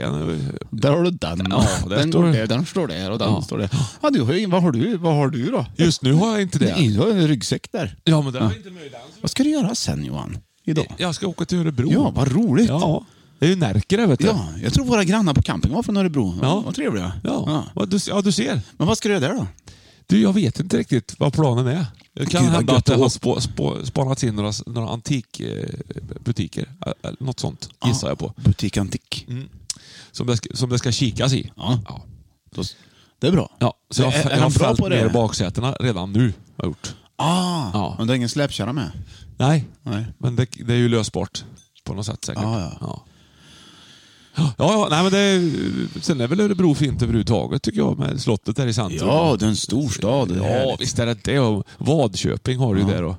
Speaker 1: Där har du den.
Speaker 2: Ja, där
Speaker 1: den,
Speaker 2: står
Speaker 1: går
Speaker 2: det.
Speaker 1: där, den står där och den
Speaker 2: Ja.
Speaker 1: står där. Ja, du, har ju- vad, har du, vad har du då?
Speaker 2: Just nu har jag inte det.
Speaker 1: Nej, du har en ryggsäck där.
Speaker 2: Ja, men det
Speaker 1: Ja.
Speaker 2: var inte möjligt.
Speaker 1: Vad ska du göra sen Johan? Idag?
Speaker 2: Jag ska åka till Örebro.
Speaker 1: Ja, vad roligt.
Speaker 2: Ja, det är ju Närke det, vet du.
Speaker 1: Ja, jag tror våra grannar på campingen var från Örebro. Ja.
Speaker 2: Ja.
Speaker 1: Vad trevliga.
Speaker 2: Ja. Vad du, ja, du ser.
Speaker 1: Men vad ska du göra där då?
Speaker 2: Du, jag vet inte riktigt vad planen är. Det kan
Speaker 1: Gud, vad
Speaker 2: hända
Speaker 1: gött
Speaker 2: att det
Speaker 1: att
Speaker 2: har
Speaker 1: åka.
Speaker 2: spå, spå, spanats in några, några eh, antikbutiker. Något sånt gissar jag på. Mm.
Speaker 1: Butik Antik.
Speaker 2: Som det, ska- som det ska kikas i.
Speaker 1: Ja.
Speaker 2: Ja.
Speaker 1: Då s- Det är bra.
Speaker 2: Ja, så jag,
Speaker 1: Men är-
Speaker 2: har-
Speaker 1: är
Speaker 2: jag har
Speaker 1: han bra
Speaker 2: fällt
Speaker 1: på det?
Speaker 2: ner baksätena redan nu. Har jag gjort.
Speaker 1: Ah,
Speaker 2: Ja.
Speaker 1: Men du har ingen släpkärra med?
Speaker 2: Nej,
Speaker 1: Nej.
Speaker 2: men det, det är ju lösbart på något sätt säkert.
Speaker 1: Ja, ja.
Speaker 2: ja. Ja, ja, nej men det, är- sen är väl Örebro fint överhuvudtaget tycker jag med slottet där i centrum.
Speaker 1: Ja, det är en stor stad. Det är
Speaker 2: Ja,
Speaker 1: härligt.
Speaker 2: visst är det det. Och Vadköping har du ju där och,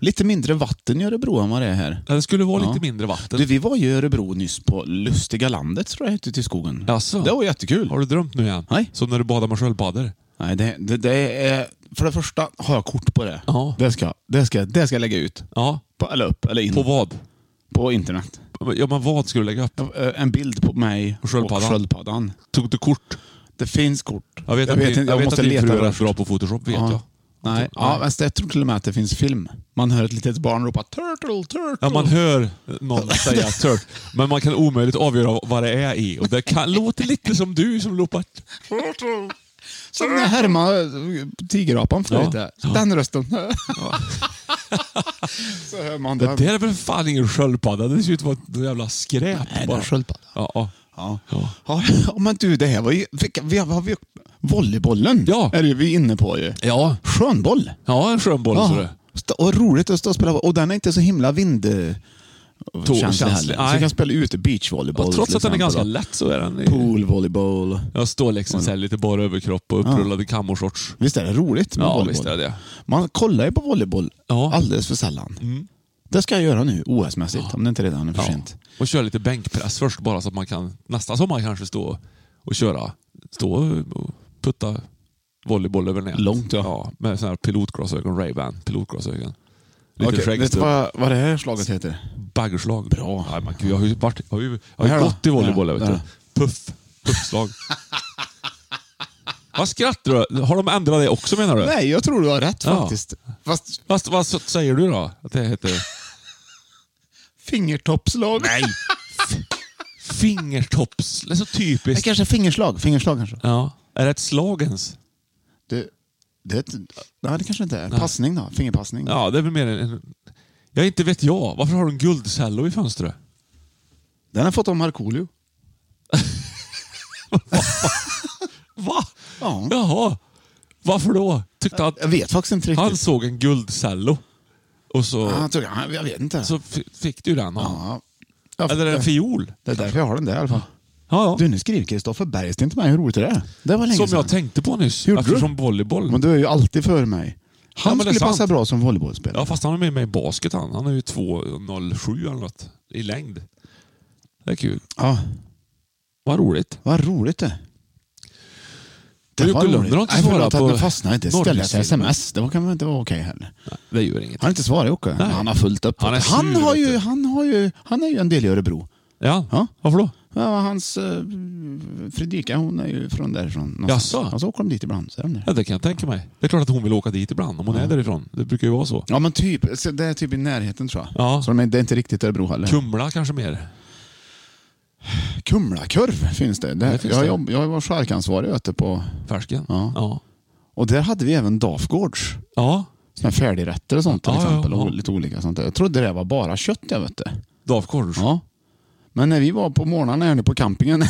Speaker 1: Lite mindre vatten i Örebro än vad det är här.
Speaker 2: ja, Det skulle vara
Speaker 1: Ja.
Speaker 2: lite mindre vatten.
Speaker 1: Du, vi var ju i Örebro nyss på Lustiga landet, tror jag det hette, till skogen.
Speaker 2: Jaså?
Speaker 1: Det var jättekul.
Speaker 2: Har du drömt nu igen?
Speaker 1: Nej.
Speaker 2: Som när du badade med sköldpaddor?
Speaker 1: Nej, det, det, det är... För det första har jag kort på det.
Speaker 2: Ja.
Speaker 1: Det, ska, det, ska, det ska jag lägga ut.
Speaker 2: Ja.
Speaker 1: På, eller upp, eller in.
Speaker 2: På vad?
Speaker 1: på internet.
Speaker 2: Ja, men vad ska du lägga upp?
Speaker 1: Ja, eh, En bild på mig
Speaker 2: Och sköldpaddan.
Speaker 1: och sköldpaddan.
Speaker 2: Tog du kort?
Speaker 1: Det finns kort.
Speaker 2: Jag vet, att din-
Speaker 1: inte, jag
Speaker 2: vet
Speaker 1: måste
Speaker 2: att din
Speaker 1: leta
Speaker 2: fru är rätt
Speaker 1: först.
Speaker 2: bra på Photoshop, vet
Speaker 1: Ja.
Speaker 2: jag.
Speaker 1: Nej, ja, men jag tror till och med att det finns film. Man hör ett litet barn ropa ”Turtle, turtle”.
Speaker 2: Ja, man hör någon säga tört, men man kan omöjligt avgöra vad det är i. Och det kan, låter lite som du som ropar...
Speaker 1: Som när Herma tigerapan flöjt
Speaker 2: Ja.
Speaker 1: ja. Den rösten. Så hör man
Speaker 2: Det
Speaker 1: den.
Speaker 2: där är väl fan ingen sköldpadda? Det ser ut som ett jävla skräp.
Speaker 1: Nej, det är
Speaker 2: bara.
Speaker 1: en sköldpadda.
Speaker 2: Ja, ja.
Speaker 1: Ja.
Speaker 2: Ja.
Speaker 1: Ja, men du, det här var ju... Vilka, vi, har vi, volleybollen
Speaker 2: Ja.
Speaker 1: är det ju vi inne på ju.
Speaker 2: Ja,
Speaker 1: Skönboll.
Speaker 2: ja en skönboll. så det.
Speaker 1: Ah, St- Och roligt att stå och spela Och den är inte så himla vind...
Speaker 2: Tå-
Speaker 1: Känslig
Speaker 2: känslig,
Speaker 1: heller. Så
Speaker 2: nej.
Speaker 1: du kan spela ute beachvolleyboll.
Speaker 2: Ja, trots
Speaker 1: till
Speaker 2: att den är ganska
Speaker 1: exempel,
Speaker 2: lätt så är den...
Speaker 1: då. Poolvolleyboll.
Speaker 2: Jag står liksom så här lite bara överkropp och upprullade kammarshorts.
Speaker 1: Visst är det roligt med
Speaker 2: Ja,
Speaker 1: volleyboll?
Speaker 2: visst är det.
Speaker 1: Man kollar ju på volleyboll
Speaker 2: Ja. Mm.
Speaker 1: alldeles för sällan. Det ska jag göra nu, OS-mässigt, om det inte redan är för
Speaker 2: Ja.
Speaker 1: sent.
Speaker 2: Och köra lite bänkpress först bara så att man kan nästa sommar kanske stå och köra. Stå och putta volleyboll över nät.
Speaker 1: Långt, ja.
Speaker 2: med sådana här pilotglasögon, Ray-Ban pilotglasögon. Lite
Speaker 1: Okej,
Speaker 2: skägg.
Speaker 1: vet du vad, vad det här slaget heter?
Speaker 2: Baggerslag. Bra. Nej, men gud, jag har ju, varit, jag har ju, jag har
Speaker 1: Här
Speaker 2: ju
Speaker 1: då?
Speaker 2: gått i volleyboll,
Speaker 1: Där,
Speaker 2: vet du.
Speaker 1: där.
Speaker 2: Puff. Puffslag. vad skrattar du? Har de ändrat det också menar du?
Speaker 1: Nej, jag tror du har rätt
Speaker 2: Ja.
Speaker 1: faktiskt. Fast
Speaker 2: Fast, vad så- säger du då? Att det heter
Speaker 1: fingertoppslag. Nej!
Speaker 2: fingertopps... Det är så typiskt.
Speaker 1: kanske fingerslag. Fingerslag kanske.
Speaker 2: Ja. Är det ett slag ens?
Speaker 1: Det, det, är ett- nej, det kanske inte är. Passning då? Fingerpassning?
Speaker 2: Ja, det är väl mer en... en ja, inte vet jag. Varför har du en guldcello i fönstret?
Speaker 1: Den har fått av Markoolio.
Speaker 2: Va?
Speaker 1: Ja.
Speaker 2: Jaha. Varför då? Tyckte han...
Speaker 1: Jag vet faktiskt inte riktigt.
Speaker 2: Han såg en guldcello. Och så,
Speaker 1: Ja, jag tror- ja, jag vet inte.
Speaker 2: så f- fick du den. Ja.
Speaker 1: ja. Ja,
Speaker 2: Eller en
Speaker 1: det-
Speaker 2: fiol.
Speaker 1: Det är därför jag har den där i alla fall.
Speaker 2: Ja,
Speaker 1: Du,
Speaker 2: ja.
Speaker 1: nu skriver Kristoffer Bergsten till mig hur roligt det är. Det var länge
Speaker 2: Som
Speaker 1: sedan.
Speaker 2: jag tänkte på nyss.
Speaker 1: Gjorde du?
Speaker 2: eftersom volleyboll...
Speaker 1: Men du är ju alltid före mig. Han
Speaker 2: Ja, men det är
Speaker 1: skulle passa
Speaker 2: sant.
Speaker 1: bra som volleybollspelare.
Speaker 2: Ja, fast han är med mig i basket han. Han är ju 2,07 eller något. I längd. Det är kul.
Speaker 1: Ja,
Speaker 2: Vad roligt.
Speaker 1: vad roligt det.
Speaker 2: Men Jocke Lundgren har inte
Speaker 1: Nej,
Speaker 2: svarat
Speaker 1: förlåt att
Speaker 2: på
Speaker 1: nu fastnade inte. Ställde jag till
Speaker 2: Norrlandsfilmen.
Speaker 1: sms. Det var- kan väl inte vara okej heller.
Speaker 2: Det gör inget.
Speaker 1: Han har inte svarat Jocke.
Speaker 2: Nej.
Speaker 1: Han har fullt upp.
Speaker 2: Han är sur,
Speaker 1: han, har
Speaker 2: vet
Speaker 1: ju,
Speaker 2: du.
Speaker 1: han, har ju, han är ju en del i Örebro.
Speaker 2: Ja.
Speaker 1: Ja.
Speaker 2: Varför då?
Speaker 1: Ja, hans eh, Fredrika, hon är ju från därifrån. någonstans.
Speaker 2: Jaså?
Speaker 1: Ja, så åker de dit ibland. Så är de där.
Speaker 2: Ja, det kan jag tänka mig. Det är klart att hon vill åka dit ibland om hon är därifrån. Det brukar ju vara så.
Speaker 1: Ja, men typ. Så det är typ i närheten tror jag.
Speaker 2: Ja.
Speaker 1: Så de är, det är inte riktigt Örebro heller.
Speaker 2: Kumla kanske mer.
Speaker 1: Kumlakurv finns det. det,
Speaker 2: Det finns
Speaker 1: jag,
Speaker 2: det.
Speaker 1: Jobb, jag var charkansvarig ute på...
Speaker 2: Färsken.
Speaker 1: Ja.
Speaker 2: Ja.
Speaker 1: Och där hade vi även Dafgårds.
Speaker 2: ja.
Speaker 1: Såna här färdigrätter och sånt till
Speaker 2: Ja, ja,
Speaker 1: exempel.
Speaker 2: ja.
Speaker 1: Och lite olika sånt där. Jag trodde det var bara kött jag vet det.
Speaker 2: Dafkorv.
Speaker 1: Ja. Men när vi var på morgnarna här nu på campingen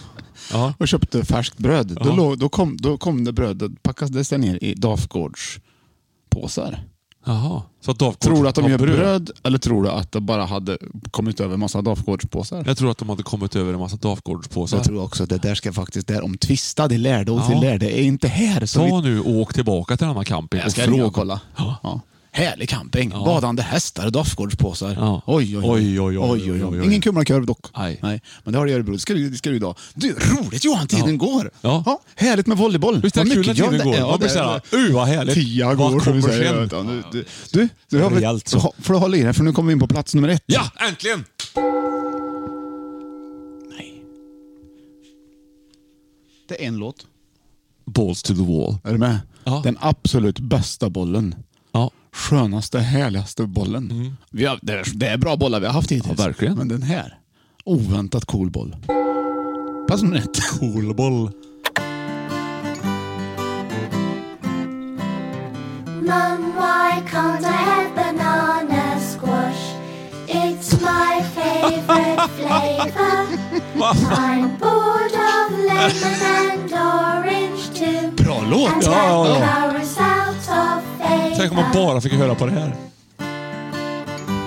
Speaker 1: och köpte färskt bröd. Då, låg, då, kom, då kom det brödet, packades det ner i Dafgårdspåsar.
Speaker 2: Jaha. Så att Dafgård
Speaker 1: Tror du att de
Speaker 2: har
Speaker 1: gör bröd? eller tror du att det bara hade kommit över en massa Dafgårdspåsar?
Speaker 2: Jag tror att de hade kommit över en massa
Speaker 1: Så
Speaker 2: Dafgårdspåsar.
Speaker 1: jag tror också att det där ska faktiskt, där omtvista, det lärde och
Speaker 2: Ja.
Speaker 1: det lärde är inte här. Så
Speaker 2: Ta
Speaker 1: vi,
Speaker 2: nu och åk tillbaka till den här campingen
Speaker 1: jag
Speaker 2: och
Speaker 1: ska ringa och
Speaker 2: fråga.
Speaker 1: kolla. Ja. Härlig camping,
Speaker 2: Ja.
Speaker 1: badande hästar och Dafgårdspåsar.
Speaker 2: Ja.
Speaker 1: Oj, oj,
Speaker 2: Oj,
Speaker 1: oj.
Speaker 2: oj, oj,
Speaker 1: oj,
Speaker 2: oj,
Speaker 1: oj, oj.
Speaker 2: oj.
Speaker 1: Ingen kumlakorv dock.
Speaker 2: Nej.
Speaker 1: Men det har du i Örebro. Det ska du, det ska du idag. Du, roligt Johan, tiden
Speaker 2: Ja.
Speaker 1: går.
Speaker 2: Ja.
Speaker 1: Härligt med volleyboll.
Speaker 2: Visst är det
Speaker 1: Vad
Speaker 2: kul när
Speaker 1: mycket gör
Speaker 2: tiden går?
Speaker 1: det-
Speaker 2: Man blir
Speaker 1: det-
Speaker 2: såhär, uh vad härligt.
Speaker 1: Tia
Speaker 2: Vad
Speaker 1: går, som vi
Speaker 2: kommer
Speaker 1: säger.
Speaker 2: sen?
Speaker 1: Ja, nu- Du, du, du har väl,
Speaker 2: Rejält så.
Speaker 1: så. får du hålla i dig för nu kommer vi in på plats nummer ett.
Speaker 2: Ja, äntligen!
Speaker 1: Det är en låt.
Speaker 2: Balls to the wall.
Speaker 1: Är du med?
Speaker 2: Ja.
Speaker 1: Den absolut bästa bollen.
Speaker 2: Ja.
Speaker 1: Skönaste, härligaste bollen. Vi har, det, är, det är bra bollar vi har haft hittills.
Speaker 2: Mm. Ja, verkligen.
Speaker 1: Men den här. Oväntat cool boll. Pass nummer ett.
Speaker 2: Cool boll.
Speaker 9: Mum, why can't I have banana squash? It's my favorite flavor. I'm bored of lemon and orange too.
Speaker 1: Bra låt!
Speaker 9: And
Speaker 2: ja, ja.
Speaker 9: cauliflower's out of favor.
Speaker 2: Tänk om man bara fick höra på det här.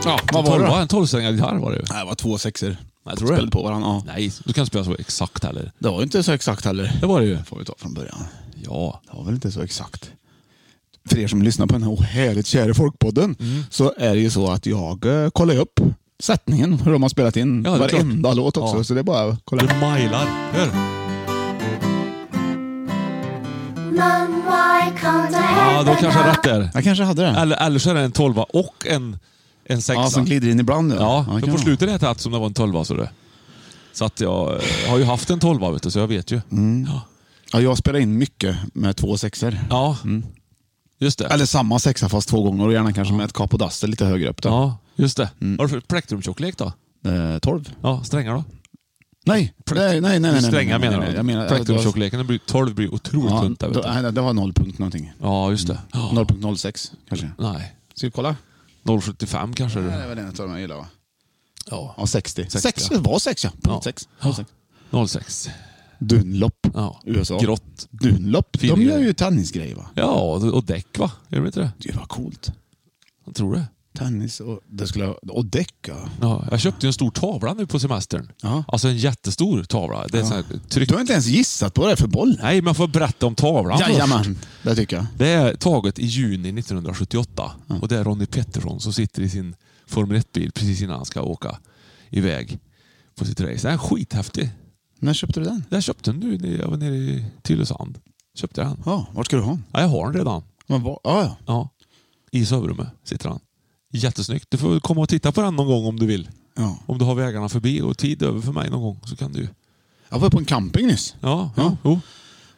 Speaker 1: Ja, vad var det
Speaker 2: Tolva,
Speaker 1: då?
Speaker 2: en tolvsträngad gitarr var det ju.
Speaker 1: Nej, Det var två sexor.
Speaker 2: Nej, tror du?
Speaker 1: Spelade på varandra. Ja.
Speaker 2: Nej, du kan inte spela så exakt heller.
Speaker 1: Det var ju inte så exakt heller.
Speaker 2: Det var det ju.
Speaker 1: får vi ta från början.
Speaker 2: Ja.
Speaker 1: Det var väl inte så exakt. För er som lyssnar på den här oh, härligt kära folkpodden
Speaker 2: Mm.
Speaker 1: så är det ju så att jag eh, kollar upp sättningen, hur de har spelat in
Speaker 2: Ja, det är
Speaker 1: varenda
Speaker 2: klart.
Speaker 1: låt också.
Speaker 2: Ja.
Speaker 1: Så det är bara att kolla.
Speaker 2: Du mailar. Hör.
Speaker 9: Mum, why can't I have
Speaker 2: Ja, då kanske jag har
Speaker 9: banana
Speaker 2: rätt där.
Speaker 1: Jag kanske hade det.
Speaker 2: Eller, eller så är det en tolva och en, en sexa.
Speaker 1: ja, som glider in ibland. nu.
Speaker 2: Ja,
Speaker 1: det
Speaker 2: för
Speaker 1: kan
Speaker 2: på
Speaker 1: vara.
Speaker 2: slutet lät det att som det var en tolva. Så, det. så att jag eh, har ju haft en tolva, vet du, så jag vet ju.
Speaker 1: Mm.
Speaker 2: Ja.
Speaker 1: Ja, jag spelar in mycket med två sexor.
Speaker 2: ja. Just det.
Speaker 1: Mm. Eller samma sexa fast två gånger och gärna kanske med ett kapodaster lite högre upp. Då.
Speaker 2: Ja, just det.
Speaker 1: Mm.
Speaker 2: Har du för plektrumtjocklek då?
Speaker 1: Eh, tolv?
Speaker 2: Ja, strängar då?
Speaker 1: Nej, nej, nej. nej, nej, nej
Speaker 2: strängar
Speaker 1: nej,
Speaker 2: menar
Speaker 1: nej, nej,
Speaker 2: du?
Speaker 1: jag. menar,
Speaker 2: Plektrumtjockleken blir 12 blir otroligt
Speaker 1: Ja,
Speaker 2: tunt där, vet
Speaker 1: då-
Speaker 2: du.
Speaker 1: nej, det var noll punkt någonting.
Speaker 2: Ja, just det. Ja.
Speaker 1: 0.06 kanske.
Speaker 2: Nej.
Speaker 1: Ska vi kolla?
Speaker 2: 0,75 kanske.
Speaker 1: Det är
Speaker 2: det-
Speaker 1: väl en av de jag gillar va?
Speaker 2: Ja.
Speaker 1: Ja, 60.
Speaker 2: 60,
Speaker 1: Sex,
Speaker 2: ja.
Speaker 1: Det var 6 ja.
Speaker 2: Ja.
Speaker 1: Punkt sex.
Speaker 2: 0,6.
Speaker 1: Dunlop.
Speaker 2: Ja.
Speaker 1: USA.
Speaker 2: Grått.
Speaker 1: Dunlop.
Speaker 2: Fin
Speaker 1: De gör
Speaker 2: grej.
Speaker 1: ju tennisgrejer va?
Speaker 2: Ja, och och däck va? Gör de inte det?
Speaker 1: Det var coolt.
Speaker 2: Jag tror det.
Speaker 1: Tennis och, det skulle, jag- och däck ja.
Speaker 2: Ja, jag köpte ju en stor tavla nu på semestern.
Speaker 1: Ja.
Speaker 2: Alltså en jättestor tavla. Det är sån här tryck...
Speaker 1: Du har inte ens gissat på vad det är för boll.
Speaker 2: Nej, men jag får berätta om tavlan först.
Speaker 1: Jajamän, det tycker jag.
Speaker 2: Det är taget i juni 1978 och det är Ronnie Pettersson som sitter i sin Formel 1-bil precis innan han ska åka iväg på sitt race. Den är skithäftig.
Speaker 1: När köpte du den?
Speaker 2: Jag köpte den nu när jag var nere i Tylösand. Köpte jag den.
Speaker 1: Ja, vart ska du ha den?
Speaker 2: Ja, jag har den redan.
Speaker 1: Men var, ja, ja.
Speaker 2: Ja. I sovrummet sitter han. Jättesnyggt. Du får komma och titta på den någon gång om du vill.
Speaker 1: ja.
Speaker 2: Om du har vägarna förbi och tid över för mig någon gång så kan du ju-
Speaker 1: Jag var på en camping nyss.
Speaker 2: Ja,
Speaker 1: Ja.
Speaker 2: ja. Jo.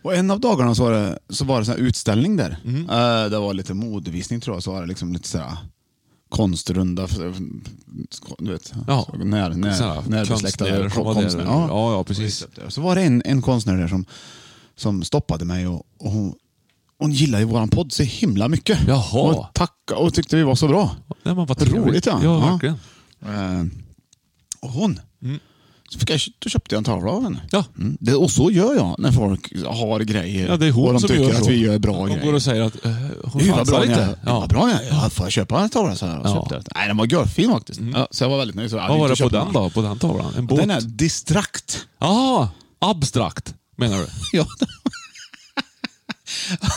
Speaker 1: Och en av dagarna så var det, så var det så här utställning där.
Speaker 2: Mhm.
Speaker 1: Eh, det var lite modevisning tror jag, så var det liksom lite sådär konstrunda, f- f- du vet,
Speaker 2: Ja.
Speaker 1: så när,
Speaker 2: Sådana
Speaker 1: när, närbesläktade
Speaker 2: konstnärer som var där.
Speaker 1: konstnärer.
Speaker 2: Ja, ja, precis.
Speaker 1: Och Så var det en, en konstnär där som, som stoppade mig och, och hon, hon gillade ju våran podd så himla mycket.
Speaker 2: Jaha.
Speaker 1: Och tackade och tyckte vi var så bra.
Speaker 2: Nej, men vad
Speaker 1: Roligt,
Speaker 2: trevligt.
Speaker 1: ja.
Speaker 2: Ja,
Speaker 1: Ja.
Speaker 2: verkligen.
Speaker 1: Eh, och hon, så fick jag, då köpte jag en tavla av henne.
Speaker 2: Mm. Ja.
Speaker 1: Mm. Det, och så gör jag när folk har grejer
Speaker 2: Ja, det är hon
Speaker 1: och de
Speaker 2: som
Speaker 1: tycker
Speaker 2: gör
Speaker 1: att
Speaker 2: så.
Speaker 1: vi gör bra
Speaker 2: Hon
Speaker 1: grejer.
Speaker 2: går och säger att eh, hon
Speaker 1: Gud vad
Speaker 2: fanns
Speaker 1: bra
Speaker 2: inte.
Speaker 1: inte. Ja.
Speaker 2: Ja.
Speaker 1: Vad bra jag är. Ja, Får jag köpa en tavla? Så här, och
Speaker 2: Ja. Mm.
Speaker 1: köpte den. Nej, den var görfin faktiskt. Ja, så jag var väldigt nöjd. Så jag
Speaker 2: Vad
Speaker 1: hade
Speaker 2: var det
Speaker 1: inte
Speaker 2: på den
Speaker 1: köpt
Speaker 2: då? På den tavlan? En båt?
Speaker 1: Den är distrakt.
Speaker 2: Ah, abstrakt menar du?
Speaker 1: Ja.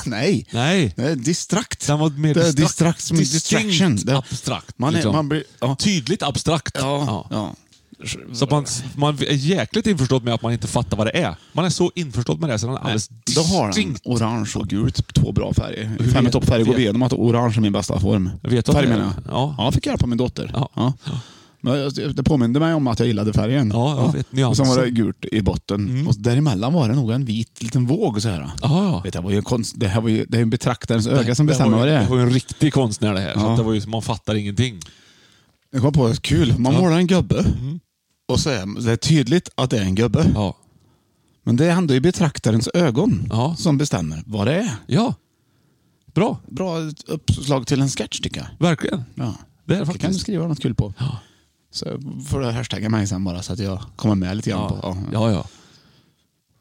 Speaker 1: Nej.
Speaker 2: Nej.
Speaker 1: Den är distrakt.
Speaker 2: Den var mer
Speaker 1: det är
Speaker 2: distrakt.
Speaker 1: distrakt som
Speaker 2: Distinkt
Speaker 1: distraction. Det-
Speaker 2: abstrakt.
Speaker 1: Man är,
Speaker 2: liksom.
Speaker 1: man blir, ja.
Speaker 2: Tydligt abstrakt.
Speaker 1: Ja,
Speaker 2: Ja.
Speaker 1: ja.
Speaker 2: Så att man, man är jäkligt införstådd med att man inte fattar vad det är. Man är så införstådd med det så den är alldeles
Speaker 1: Då har den
Speaker 2: distinkt.
Speaker 1: orange och gult, två bra färger.
Speaker 2: Hur
Speaker 1: Fem i
Speaker 2: vet-
Speaker 1: toppfärger går
Speaker 2: vet-
Speaker 1: vi igenom att orange är min bästa form.
Speaker 2: Vet du att
Speaker 1: Färg
Speaker 2: det är-
Speaker 1: menar jag.
Speaker 2: Ja.
Speaker 1: ja, fick jag hjälp av min dotter.
Speaker 2: Ja.
Speaker 1: Ja. Men jag- det påminde mig om att jag gillade färgen.
Speaker 2: Ja, jag vet,
Speaker 1: Och sen
Speaker 2: nyansen.
Speaker 1: var det gult i botten. Och däremellan var det nog en vit liten våg. Så här.
Speaker 2: Ja, ja.
Speaker 1: Vet jag, var ju konst, det här var ju det är ju betraktarens öga som bestämmer
Speaker 2: var
Speaker 1: vad
Speaker 2: ju,
Speaker 1: det är.
Speaker 2: var ju en riktig konstnär det här. Så
Speaker 1: Ja.
Speaker 2: att det var ju, man fattar ingenting.
Speaker 1: Jag kom på att det är kul. Man målar en gubbe. Och så är det är tydligt att det är en gubbe.
Speaker 2: Mm. Ja.
Speaker 1: Men det är ändå i betraktarens ögon
Speaker 2: Ja.
Speaker 1: som bestämmer vad det är.
Speaker 2: ja. Bra.
Speaker 1: Bra uppslag till en sketch tycker jag.
Speaker 2: Verkligen.
Speaker 1: Ja.
Speaker 2: Det är det
Speaker 1: Det kan du
Speaker 2: faktiskt.
Speaker 1: skriva något kul på.
Speaker 2: Ja.
Speaker 1: Så får du hashtagga mig sen bara så att jag kommer med lite grann. På.
Speaker 2: Ja, ja.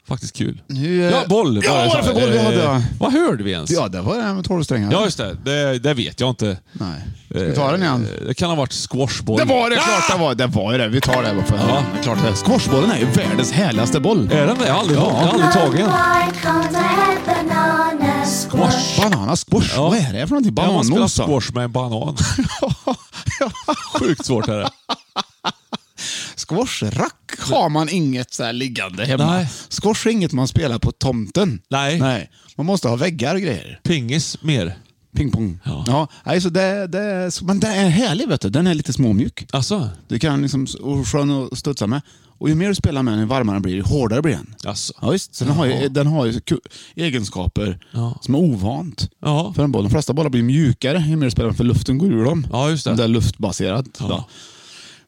Speaker 2: Faktiskt kul.
Speaker 1: Nu, eh,
Speaker 2: ja, boll
Speaker 1: Ja, vad var det för boll vi hade?
Speaker 2: Eh, Vad hörde vi ens?
Speaker 1: Ja, det var det här med 12 strängar.
Speaker 2: Ja, just det. det. Det vet jag inte.
Speaker 1: Nej. Ska vi ta den igen?
Speaker 2: Det Eh, Ah! kan ha varit squashboll.
Speaker 1: Det var det! Klart det var det. var ju det. Vi tar det bara för ja. klart det. Squashbollen är ju världens härligaste boll.
Speaker 2: Är den det? Jag har aldrig,
Speaker 1: Ja.
Speaker 2: jag har aldrig tagit en.
Speaker 9: Why can't I have banana squash?
Speaker 1: Banana squash. Vad är det för någonting?
Speaker 2: Ja, man spelar
Speaker 1: Bananmos? då?
Speaker 2: squash med en banan. Sjukt svårt är det.
Speaker 1: Squashrack har man inget så här liggande hemma.
Speaker 2: Nej.
Speaker 1: Squash är inget man spelar på tomten.
Speaker 2: Nej.
Speaker 1: Nej. Man måste ha väggar och grejer.
Speaker 2: Pingis mer.
Speaker 1: Pingpong. Ja. ja nej, så det, det, är så- men den är härlig, vet du. Den är lite småmjuk.
Speaker 2: Alltså.
Speaker 1: Du kan liksom och skön att studsa med. Och ju mer du spelar med den, ju varmare den blir ju hårdare blir den.
Speaker 2: Alltså.
Speaker 1: Ja, visst. Så den har ju,
Speaker 2: Jaha.
Speaker 1: den har ju ku- egenskaper
Speaker 2: Ja.
Speaker 1: som är ovant
Speaker 2: Ja.
Speaker 1: för en boll. De flesta bollar blir mjukare ju mer du spelar, för luften går ur dem.
Speaker 2: ja, just
Speaker 1: Om Det är
Speaker 2: det.
Speaker 1: luftbaserat.
Speaker 2: Ja.
Speaker 1: Då.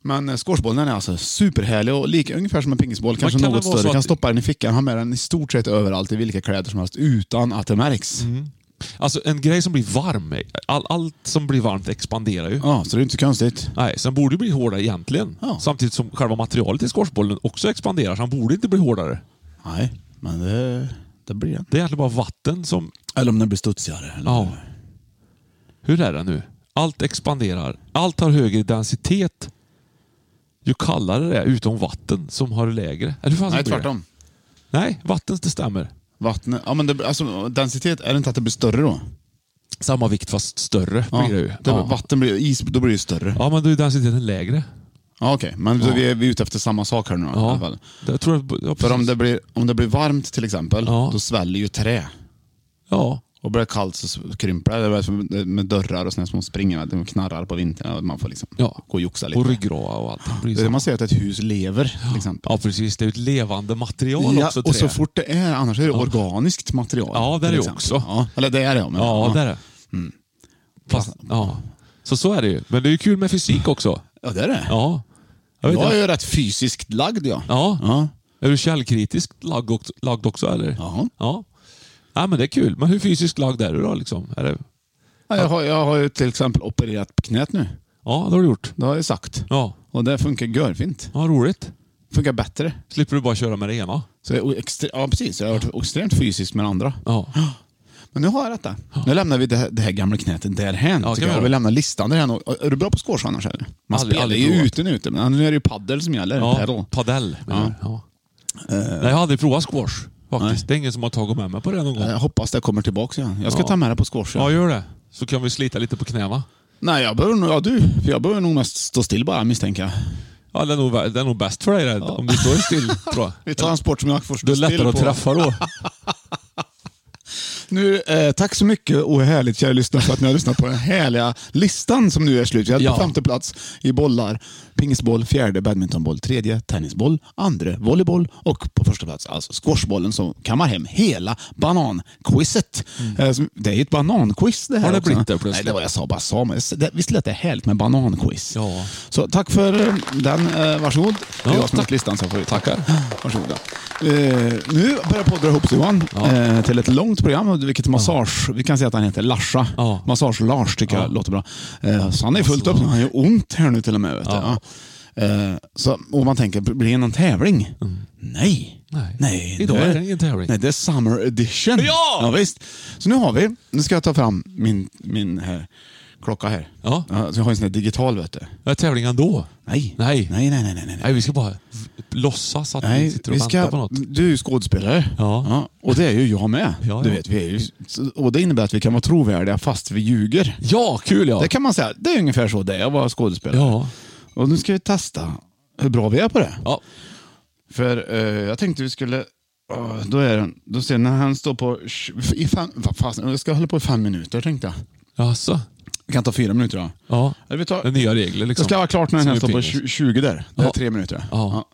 Speaker 1: Men eh, squashbollen är alltså superhärlig och lika, ungefär som en pingisboll, kanske
Speaker 2: kan det
Speaker 1: något
Speaker 2: vara så
Speaker 1: större.
Speaker 2: att-
Speaker 1: kan stoppa den i fickan, ha med den i stort sett överallt i vilka kläder som helst utan att det märks.
Speaker 2: Alltså, en grej som blir varm. All, allt som blir varmt expanderar ju.
Speaker 1: Ja, så det är inte konstigt.
Speaker 2: Nej, så den borde ju bli hårdare egentligen.
Speaker 1: Ja.
Speaker 2: Samtidigt som själva materialet i squashbollen också expanderar, så den borde inte bli hårdare.
Speaker 1: Nej, men det, det blir den.
Speaker 2: Det är egentligen bara vatten som...
Speaker 1: Eller om den blir studsigare. eller-
Speaker 2: Ja. Hur är det nu? Allt expanderar. Allt har högre densitet ju kallare det är, utom vatten som har lägre. Eller hur fan
Speaker 1: Nej,
Speaker 2: blir det?
Speaker 1: tvärtom.
Speaker 2: Nej, vatten det stämmer.
Speaker 1: Alltså, Vattnet, ja, men det, alltså, densitet, är det inte att det blir större då?
Speaker 2: Samma vikt fast större
Speaker 1: Ja,
Speaker 2: blir det ju.
Speaker 1: det, Vatten blir is, då blir det större. Ja,
Speaker 2: ja, men då är densiteten lägre.
Speaker 1: okej. Men vi, är, vi är ute efter samma sak här nu då, i alla
Speaker 2: Ja.
Speaker 1: fall.
Speaker 2: Det tror jag, ja,
Speaker 1: För om
Speaker 2: precis.
Speaker 1: det, blir, om det blir varmt till exempel,
Speaker 2: Ja.
Speaker 1: då sväller ju trä.
Speaker 2: ja.
Speaker 1: Och blir det kallt så krymper det. det. är som Med dörrar och såna små springor. Det knarrar på vintern. och Man får liksom
Speaker 2: Ja.
Speaker 1: gå och joxa lite.
Speaker 2: Och ryggrad och allt. Det blir
Speaker 1: det är det
Speaker 2: samma.
Speaker 1: man ser att ett hus lever till exempel.
Speaker 2: Ja, precis. Det är ju ett levande material
Speaker 1: Ja,
Speaker 2: också, trä.
Speaker 1: och så fort det är, annars är det organiskt material.
Speaker 2: Ja, det är det
Speaker 1: till exempel.
Speaker 2: också.
Speaker 1: Ja, eller det är det. Men,
Speaker 2: Ja, det är det.
Speaker 1: Mm.
Speaker 2: Fast, ja. Så så är det ju. Men det är ju kul med fysik också.
Speaker 1: Ja, det är det.
Speaker 2: Ja. Jag vet
Speaker 1: Jag är
Speaker 2: inte.
Speaker 1: ju rätt fysiskt lagd jag.
Speaker 2: Ja.
Speaker 1: Ja.
Speaker 2: Är du källkritiskt lagd också, lagd också eller?
Speaker 1: Ja.
Speaker 2: ja. Ja, men det är kul. Men hur fysiskt lagd är du då? Liksom? Är det...
Speaker 1: Ja, Jag, har, jag har ju till exempel opererat på knät nu.
Speaker 2: Ja, det har du gjort.
Speaker 1: Det har jag ju sagt.
Speaker 2: Ja.
Speaker 1: Och det funkar görfint.
Speaker 2: ja, roligt.
Speaker 1: Funkar bättre.
Speaker 2: Slipper du bara köra med det ena.
Speaker 1: Så jag, är extre- ja, precis. Jag har varit extremt fysisk med det andra.
Speaker 2: Ja.
Speaker 1: Men nu har jag detta. Nu lämnar vi det här, det här gamla knätet därhän.
Speaker 2: kan
Speaker 1: tycker
Speaker 2: vi
Speaker 1: jag.
Speaker 2: göra.
Speaker 1: Vi lämnar listan därhän. Och, är du bra på squash annars? Eller? Man
Speaker 2: Aldrig-
Speaker 1: spelar
Speaker 2: aldrig
Speaker 1: ju
Speaker 2: provat.
Speaker 1: ute nu, ute, men nu är det ju paddel som gäller.
Speaker 2: ja.
Speaker 1: Padel.
Speaker 2: Padel. menar
Speaker 1: Ja. Eh.
Speaker 2: jag. Ja. Nej, jag har aldrig provat squash. Faktiskt. Det är ingen som har tagit med mig på det någon gång.
Speaker 1: Jag hoppas det kommer tillbaka igen. Jag ska
Speaker 2: Ja.
Speaker 1: ta med det på squash.
Speaker 2: Ja, gör det. Så kan vi slita lite på knäna.
Speaker 1: Nej, jag behöver nog... Ja, du. För jag behöver nog mest stå still bara, misstänker jag.
Speaker 2: Ja, det är nog, det är nog bäst för dig det, om du står still, tror jag.
Speaker 1: Vi tar en sport som jag får stå
Speaker 2: Det är
Speaker 1: still
Speaker 2: lättare att
Speaker 1: på.
Speaker 2: träffa då.
Speaker 1: Nu, eh, tack så mycket och härligt kära lyssnare för att ni har lyssnat på den härliga listan som nu är slut. Vi hade
Speaker 2: Ja.
Speaker 1: på femte plats i bollar pingisboll, fjärde badmintonboll, tredje tennisboll, andra volleyboll och på första plats alltså squashbollen som kammar hem hela bananquizet. Eh, som- Det är ju ett bananquiz det här
Speaker 2: Mm. Har det
Speaker 1: också.
Speaker 2: blivit det plötsligt?
Speaker 1: Nej, det var jag sa bara sa. Men det, visst lät det härligt med bananquiz?
Speaker 2: Ja.
Speaker 1: Så tack för eh, den. eh, Varsågod. det är jag som har
Speaker 2: tack.
Speaker 1: gjort listan. Så får vi
Speaker 2: Tackar.
Speaker 1: Varsågoda. Eh, nu börjar podden dra ihop sig Johan. Eh, till ett långt program, vilket massage... Vi kan säga att han heter Larsa.
Speaker 2: Ja.
Speaker 1: Massage-Lars tycker
Speaker 2: Ja.
Speaker 1: jag låter bra. Eh, så han är fullt upp. Han har ju ont här nu till och med. Vet du.
Speaker 2: Ja.
Speaker 1: Ja. Eh, så, och man tänker, blir det någon tävling? Nej.
Speaker 2: Mm. Nej.
Speaker 1: Nej.
Speaker 2: Idag
Speaker 1: det
Speaker 2: är det ingen tävling.
Speaker 1: Nej, det är Summer Edition.
Speaker 2: Ja!
Speaker 1: visst. Så nu har vi... Nu ska jag ta fram min, min här, klocka här.
Speaker 2: Ja.
Speaker 1: så jag har en sån här digital, vet du.
Speaker 2: Vad är tävlingen då?
Speaker 1: Nej.
Speaker 2: Nej.
Speaker 1: Nej, nej, nej, nej. nej.
Speaker 2: Nej, vi ska bara v- låtsas att vi
Speaker 1: Nej,
Speaker 2: sitter och
Speaker 1: vi
Speaker 2: väntar på
Speaker 1: ska, Mm.
Speaker 2: något.
Speaker 1: du är ju skådespelare.
Speaker 2: Ja.
Speaker 1: Och det är ju jag med.
Speaker 2: Ja,
Speaker 1: Du
Speaker 2: ja.
Speaker 1: vet, vi är ju, och det innebär att vi kan vara trovärdiga fast vi ljuger.
Speaker 2: Ja, kul ja!
Speaker 1: Det kan man säga. Det är ungefär så det är att vara skådespelare.
Speaker 2: Ja.
Speaker 1: Och nu ska vi testa hur bra vi är på det.
Speaker 2: ja.
Speaker 1: För eh, jag tänkte vi skulle... Åh, då är den... Då ser jag när han står på... I fem, vad fasen, jag ska hålla på i fem minuter tänkte jag.
Speaker 2: Jaså?
Speaker 1: Vi kan ta fyra minuter då.
Speaker 2: Ja.
Speaker 1: Eller vi tar,
Speaker 2: Det är nya regler liksom.
Speaker 1: Det ska vara klart när den
Speaker 2: Som
Speaker 1: här
Speaker 2: är
Speaker 1: står
Speaker 2: pingis.
Speaker 1: på 20 20 där. Det är
Speaker 2: Ja.
Speaker 1: tre minuter.
Speaker 2: Ja.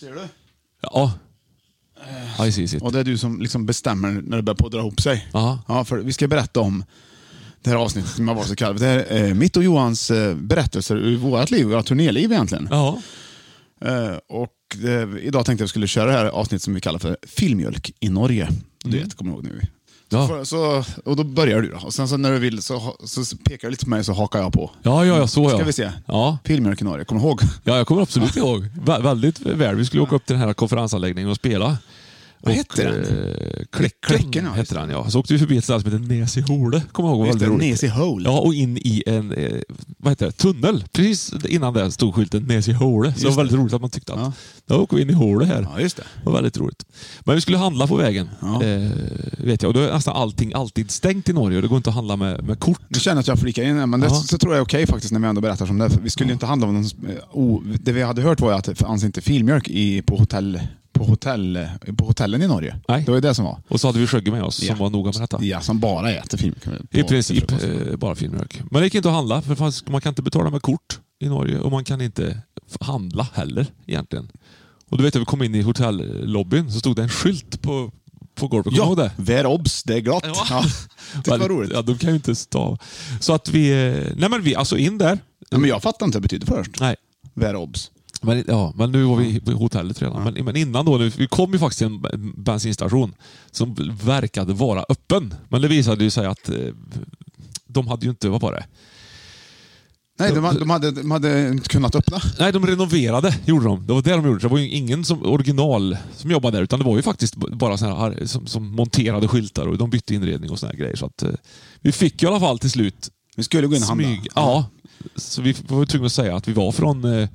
Speaker 1: Ser du?
Speaker 2: Ja. I see it.
Speaker 1: Eh. Och det är du som liksom bestämmer när det börjar poddra ihop sig.
Speaker 2: Ja.
Speaker 1: Ja, för vi ska berätta om det här avsnittet som har varit så kallat. Det här är mitt och Johans eh, berättelser ur vårt liv, våra turnéliv egentligen.
Speaker 2: Ja.
Speaker 1: Eh, Och eh, idag tänkte jag vi skulle köra det här avsnittet som vi kallar för Filmjölk i Norge. Du vet, kommer jag ihåg nu. Så
Speaker 2: Mm. Ja.
Speaker 1: får- Så, och då börjar du då. Och sen så när du vill så, ha- så pekar du lite på mig så hakar jag på.
Speaker 2: Ja, ja, ja, så ja.
Speaker 1: Ska vi se.
Speaker 2: Ja.
Speaker 1: Filmjölk i Norge, kommer du ihåg?
Speaker 2: Ja, jag kommer absolut ihåg. Vä- väldigt väl. Vi skulle åka upp till den här konferensanläggningen och spela.
Speaker 1: Vad hette den?
Speaker 2: Eh, Kläcken, hette den, ja. Så åkte vi förbi ett ställe som heter Nesihole. Kommer jag ihåg.
Speaker 1: Just det,
Speaker 2: väldigt roligt.
Speaker 1: Nesihole.
Speaker 2: Ja, och in i en eh, vad heter det, tunnel. Precis innan det stod skylten Nesihole. Så det var väldigt roligt att man tyckte att då åker vi in i hålet här.
Speaker 1: Ja, just det.
Speaker 2: Det var väldigt roligt. Men vi skulle handla på vägen. Eh, vet jag. Och då är nästan allting alltid stängt i Norge och det går inte att handla med, med kort.
Speaker 1: Nu känner jag att jag flikar in här, men det
Speaker 2: Ja.
Speaker 1: så tror jag är okej faktiskt när vi ändå berättar som det. För vi skulle ju inte handla om någon... Oh, det vi hade hört var ju att det fanns inte filmjölk i, på, hotell, på, hotell, på hotellen i Norge.
Speaker 2: Nej.
Speaker 1: Det var ju det som var.
Speaker 2: Och så hade vi Sjögge med oss
Speaker 1: Ja.
Speaker 2: som var noga med detta.
Speaker 1: Ja, som bara äter filmjölk.
Speaker 2: I
Speaker 1: på-
Speaker 2: princip
Speaker 1: till frukost.
Speaker 2: eh, bara filmjölk. Men det gick inte att handla, för det fanns- man kan inte betala med kort i Norge och man kan inte f- handla heller egentligen. Och du vet, när vi kom in i hotellobbyn så stod det en skylt på, på golvet. Kommer du
Speaker 1: Ja,
Speaker 2: ihåg det?
Speaker 1: vär obs, det är glatt.
Speaker 2: Ja.
Speaker 1: Ja. Det var roligt.
Speaker 2: Ja, de kan ju inte stava. Så att vi... eh, Nej, men vi alltså in där.
Speaker 1: Nej, men jag fattar inte vad det betyder först.
Speaker 2: Nej.
Speaker 1: Vär obs.
Speaker 2: Men, ja, men nu var vi på hotellet redan. Men, men innan då, nu, vi kom ju faktiskt till en b- bensinstation som verkade vara öppen. Men det visade ju sig att eh, de hade ju inte, vad var det?
Speaker 1: Nej, de, de, hade, de hade inte kunnat öppna.
Speaker 2: Nej, de renoverade gjorde de. Det var det de gjorde. Det var ju ingen som, original som jobbade där, utan det var ju faktiskt b- bara såna här som, som monterade skyltar och de bytte inredning och såna här grejer. Så att, eh, vi fick i alla fall till slut
Speaker 1: Vi skulle gå in och handla.
Speaker 2: smyg... Ja. Så vi var ju tvungna att säga att vi var från eh,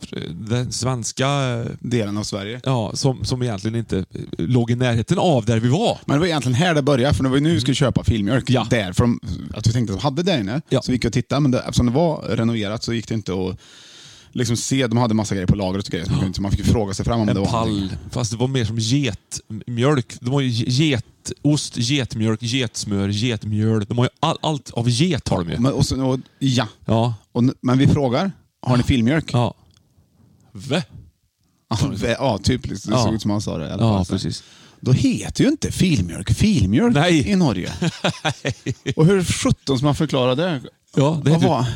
Speaker 2: fr- den svenska... eh,
Speaker 1: Delen av Sverige.
Speaker 2: Ja, som, som egentligen inte eh, låg i närheten av där vi var.
Speaker 1: Men det var egentligen här det började, för det var ju nu vi skulle köpa filmjölk.
Speaker 2: Mm. Ja.
Speaker 1: Där, för de, att vi tänkte att de hade det där inne.
Speaker 2: Ja.
Speaker 1: Så vi gick och tittade, men det, eftersom det var renoverat så gick det inte att liksom, se. De hade massa grejer på lagret och grejer, så man, kunde inte- man fick ju fråga sig fram om det
Speaker 2: En
Speaker 1: var
Speaker 2: pall,
Speaker 1: någonting.
Speaker 2: fast det var mer som getmjölk. De har ju getost, getmjölk, getsmör, getmjöl. De har ju all, allt av get har de ju.
Speaker 1: Men, och så, och, ja.
Speaker 2: Ja.
Speaker 1: Och, n- men vi frågar, har ni filmjölk?
Speaker 2: Ja. Va?
Speaker 1: Ja, typ. liksom. Det
Speaker 2: Ja.
Speaker 1: såg ut som han sa det. i alla
Speaker 2: Ja,
Speaker 1: fall.
Speaker 2: precis.
Speaker 1: Då heter ju inte filmjölk filmjölk
Speaker 2: Nej.
Speaker 1: i Norge. och hur sjutton ska man förklara det?
Speaker 2: Ja, det
Speaker 1: Vad
Speaker 2: heter
Speaker 1: var?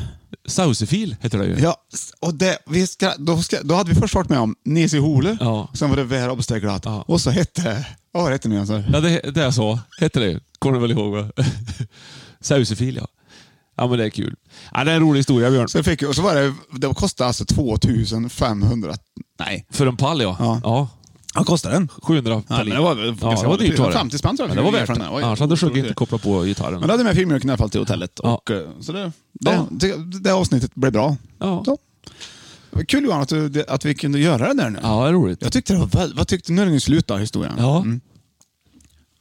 Speaker 2: Sausefil heter det ju.
Speaker 1: Ja, s- och det, vi ska, då, ska, då hade vi först varit med om Nesihole,
Speaker 2: Ja.
Speaker 1: sen var det Värobsteglat
Speaker 2: Ja.
Speaker 1: och så hette det... Vad hette det nu alltså?
Speaker 2: Ja, det, det jag sa hette det ju. Kommer du väl ihåg? va? Sausefil, ja. Ja, men det är kul. Ja, det är en rolig historia, Björn.
Speaker 1: Så fick, och så var det, det kostade alltså 2500... Nej.
Speaker 2: För en pall, ja.
Speaker 1: Ja. Vad kostade den?
Speaker 2: 700
Speaker 1: men det var väl ganska
Speaker 2: ja, det var
Speaker 1: vanligt.
Speaker 2: dyrt var det.
Speaker 1: 50 spänn tror jag
Speaker 2: Men det var
Speaker 1: fick
Speaker 2: värt
Speaker 1: från
Speaker 2: det.
Speaker 1: den. Oj,
Speaker 2: Annars hade Sjögge
Speaker 1: otroligt.
Speaker 2: inte kopplat på gitarren.
Speaker 1: Men då hade med filmjölken i alla fall till hotellet.
Speaker 2: Ja.
Speaker 1: Och, eh, så det,
Speaker 2: Ja.
Speaker 1: det, det, det avsnittet blev bra.
Speaker 2: Ja.
Speaker 1: Så. Kul Johan att, du, det- att vi kunde göra det där nu.
Speaker 2: Ja, det är roligt.
Speaker 1: Jag Mm. tyckte det var väl, vad tyckte, nu är den ju slut då, historien.
Speaker 2: Ja.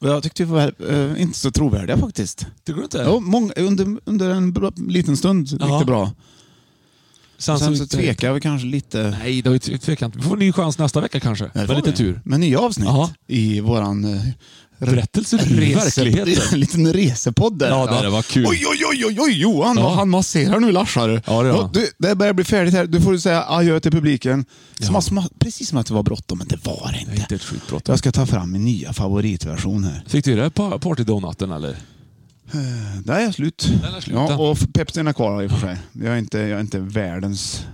Speaker 1: Och Jag tyckte vi var eh, inte så trovärdiga faktiskt.
Speaker 2: Tycker du inte?
Speaker 1: Jo, mång, under, under en bra, liten stund gick
Speaker 2: Ja.
Speaker 1: det bra.
Speaker 2: Sen,
Speaker 1: Sen
Speaker 2: så
Speaker 1: så tvekade vi kanske lite.
Speaker 2: Nej, det har ju tve- tvekat. Vi får en ny chans nästa vecka kanske.
Speaker 1: Där
Speaker 2: Med
Speaker 1: var
Speaker 2: lite
Speaker 1: vi.
Speaker 2: tur.
Speaker 1: Men nya avsnitt
Speaker 2: Ja.
Speaker 1: i våran eh,
Speaker 2: Berättelser ur
Speaker 1: rese,
Speaker 2: verkligheten.
Speaker 1: liten resepodd. Där.
Speaker 2: Ja, det där var kul.
Speaker 1: Oj, oj, oj, oj, oj Johan,
Speaker 2: Ja.
Speaker 1: vad han masserar nu Larsar.
Speaker 2: Ja, det gör han.
Speaker 1: du, det börjar bli färdigt här. Du får säga adjö till publiken. Som, har- som, har- precis som att det var bråttom, men det var det
Speaker 2: Det
Speaker 1: inte.
Speaker 2: är inte ett skitbrott.
Speaker 1: Jag ska ta fram min nya favoritversion här.
Speaker 2: Fick du det pa- partydonaten eller?
Speaker 1: Där är slut.
Speaker 2: Den är slut,
Speaker 1: Ja,
Speaker 2: den.
Speaker 1: och Pepsin är kvar i och för sig. Jag är inte, jag är inte världens...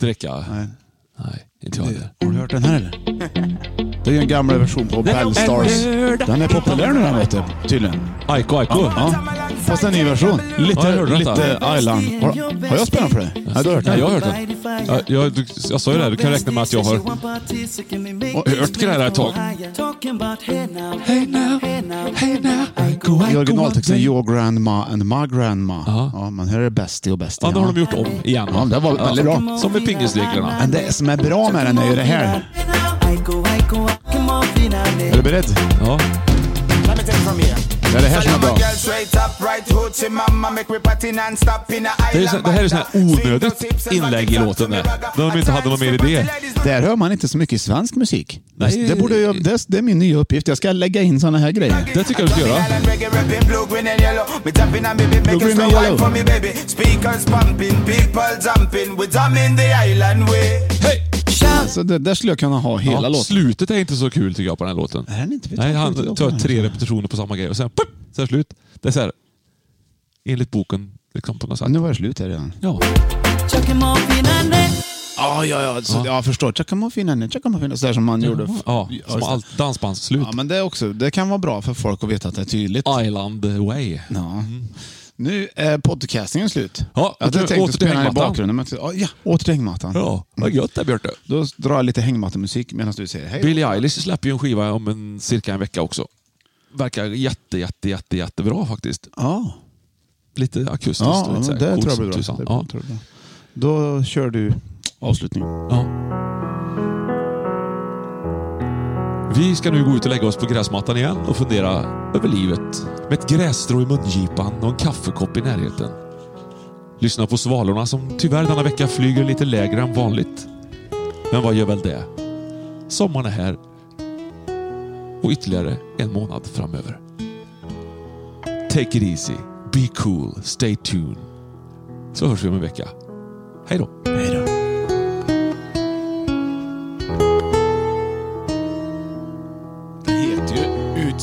Speaker 2: Dricka?
Speaker 1: Nej.
Speaker 2: Nej, inte jag heller.
Speaker 1: Har du hört den här eller? Det är ju en gammal version på Bellstars. Den är populär nu den vet du, tydligen.
Speaker 2: Aiko, Aiko.
Speaker 1: Ja. Fast en ny version.
Speaker 2: Ja, jag
Speaker 1: Lite,
Speaker 2: hörde detta.
Speaker 1: lite Island. Har, har jag spelat för dig? Ja, du har hört
Speaker 2: Nej,
Speaker 1: den?
Speaker 2: jag har hört den. Jag, jag, du, jag sa ju det, här, du kan räkna med att jag har hört grejer här ett tag.
Speaker 1: I originaltexten Your grandma and my grandma.
Speaker 2: Ja.
Speaker 1: Ja, men här är det Bestie och Bestie.
Speaker 2: Ja, det har de gjort om igen.
Speaker 1: Ja, det var väldigt bra.
Speaker 2: Som med pingisreglerna.
Speaker 1: Men det som är bra med den är ju det här. Är du beredd?
Speaker 2: Ja.
Speaker 1: Det är det här som är bra.
Speaker 2: Det, är så, det här är sådana här onödigt inlägg i låten där. Där de inte hade någon mer idé.
Speaker 1: Där hör man inte så mycket svensk musik.
Speaker 2: Nej.
Speaker 1: Det, borde jag, det, det är min nya uppgift. Jag ska lägga in såna här grejer.
Speaker 2: Det tycker jag du ska göra.
Speaker 8: Blue,
Speaker 1: green and yellow.
Speaker 8: Speakers pumping, people jumping, we jamming the island way.
Speaker 2: Hej!
Speaker 1: Så det, där skulle jag kunna ha hela
Speaker 2: Ja,
Speaker 1: låten.
Speaker 2: Slutet är inte så kul tycker jag på den här låten.
Speaker 1: Är den inte? Vi tar
Speaker 2: Nej, han
Speaker 1: slutet
Speaker 2: tar
Speaker 1: också.
Speaker 2: tre repetitioner på samma grej och sen pop, så är det slut. Det är så här, enligt boken liksom på något sätt.
Speaker 1: Nu var det slut här redan.
Speaker 2: Ja.
Speaker 1: Ja, ja, ja. Så, ja. jag förstår. Chaka må finna henne, chaka må finna. Sådär som man gjorde. f-
Speaker 2: ja,
Speaker 1: just
Speaker 2: som
Speaker 1: det.
Speaker 2: allt dansbandsslut.
Speaker 1: Ja, men det, är också, det kan vara bra för folk att veta att det är tydligt.
Speaker 2: Island way.
Speaker 1: Ja. Nu är podcastingen slut.
Speaker 2: Ja,
Speaker 1: jag hade
Speaker 2: åter-
Speaker 1: tänkt
Speaker 2: åter
Speaker 1: att
Speaker 2: till
Speaker 1: spela i
Speaker 2: hängmattan.
Speaker 1: bakgrunden. Men, ja, ja, åter till hängmattan.
Speaker 2: Ja, vad gött det Björte.
Speaker 1: Då drar jag lite hängmattemusik medan du säger hej.
Speaker 2: Billie Eilish släpper ju en skiva om en, cirka en vecka också. Verkar jätte, jätte, jätte, jättebra faktiskt.
Speaker 1: Ja.
Speaker 2: Lite akustiskt.
Speaker 1: Ja,
Speaker 2: lite så
Speaker 1: men
Speaker 2: här
Speaker 1: det
Speaker 2: coolt
Speaker 1: tror jag
Speaker 2: som
Speaker 1: blir
Speaker 2: tusan.
Speaker 1: bra. Det
Speaker 2: Ja.
Speaker 1: tror jag blir bra. Då kör du avslutningen.
Speaker 2: Vi ska nu gå ut och lägga oss på gräsmattan igen och fundera över livet. Med ett grässtrå i mungipan och en kaffekopp i närheten. Lyssna på svalorna som tyvärr denna vecka flyger lite lägre än vanligt. Men vad gör väl det? Sommaren är här. Och ytterligare en månad framöver. Take it easy. Be cool. Stay tuned. Så hörs vi om en vecka. Hej då.
Speaker 1: Den heter ju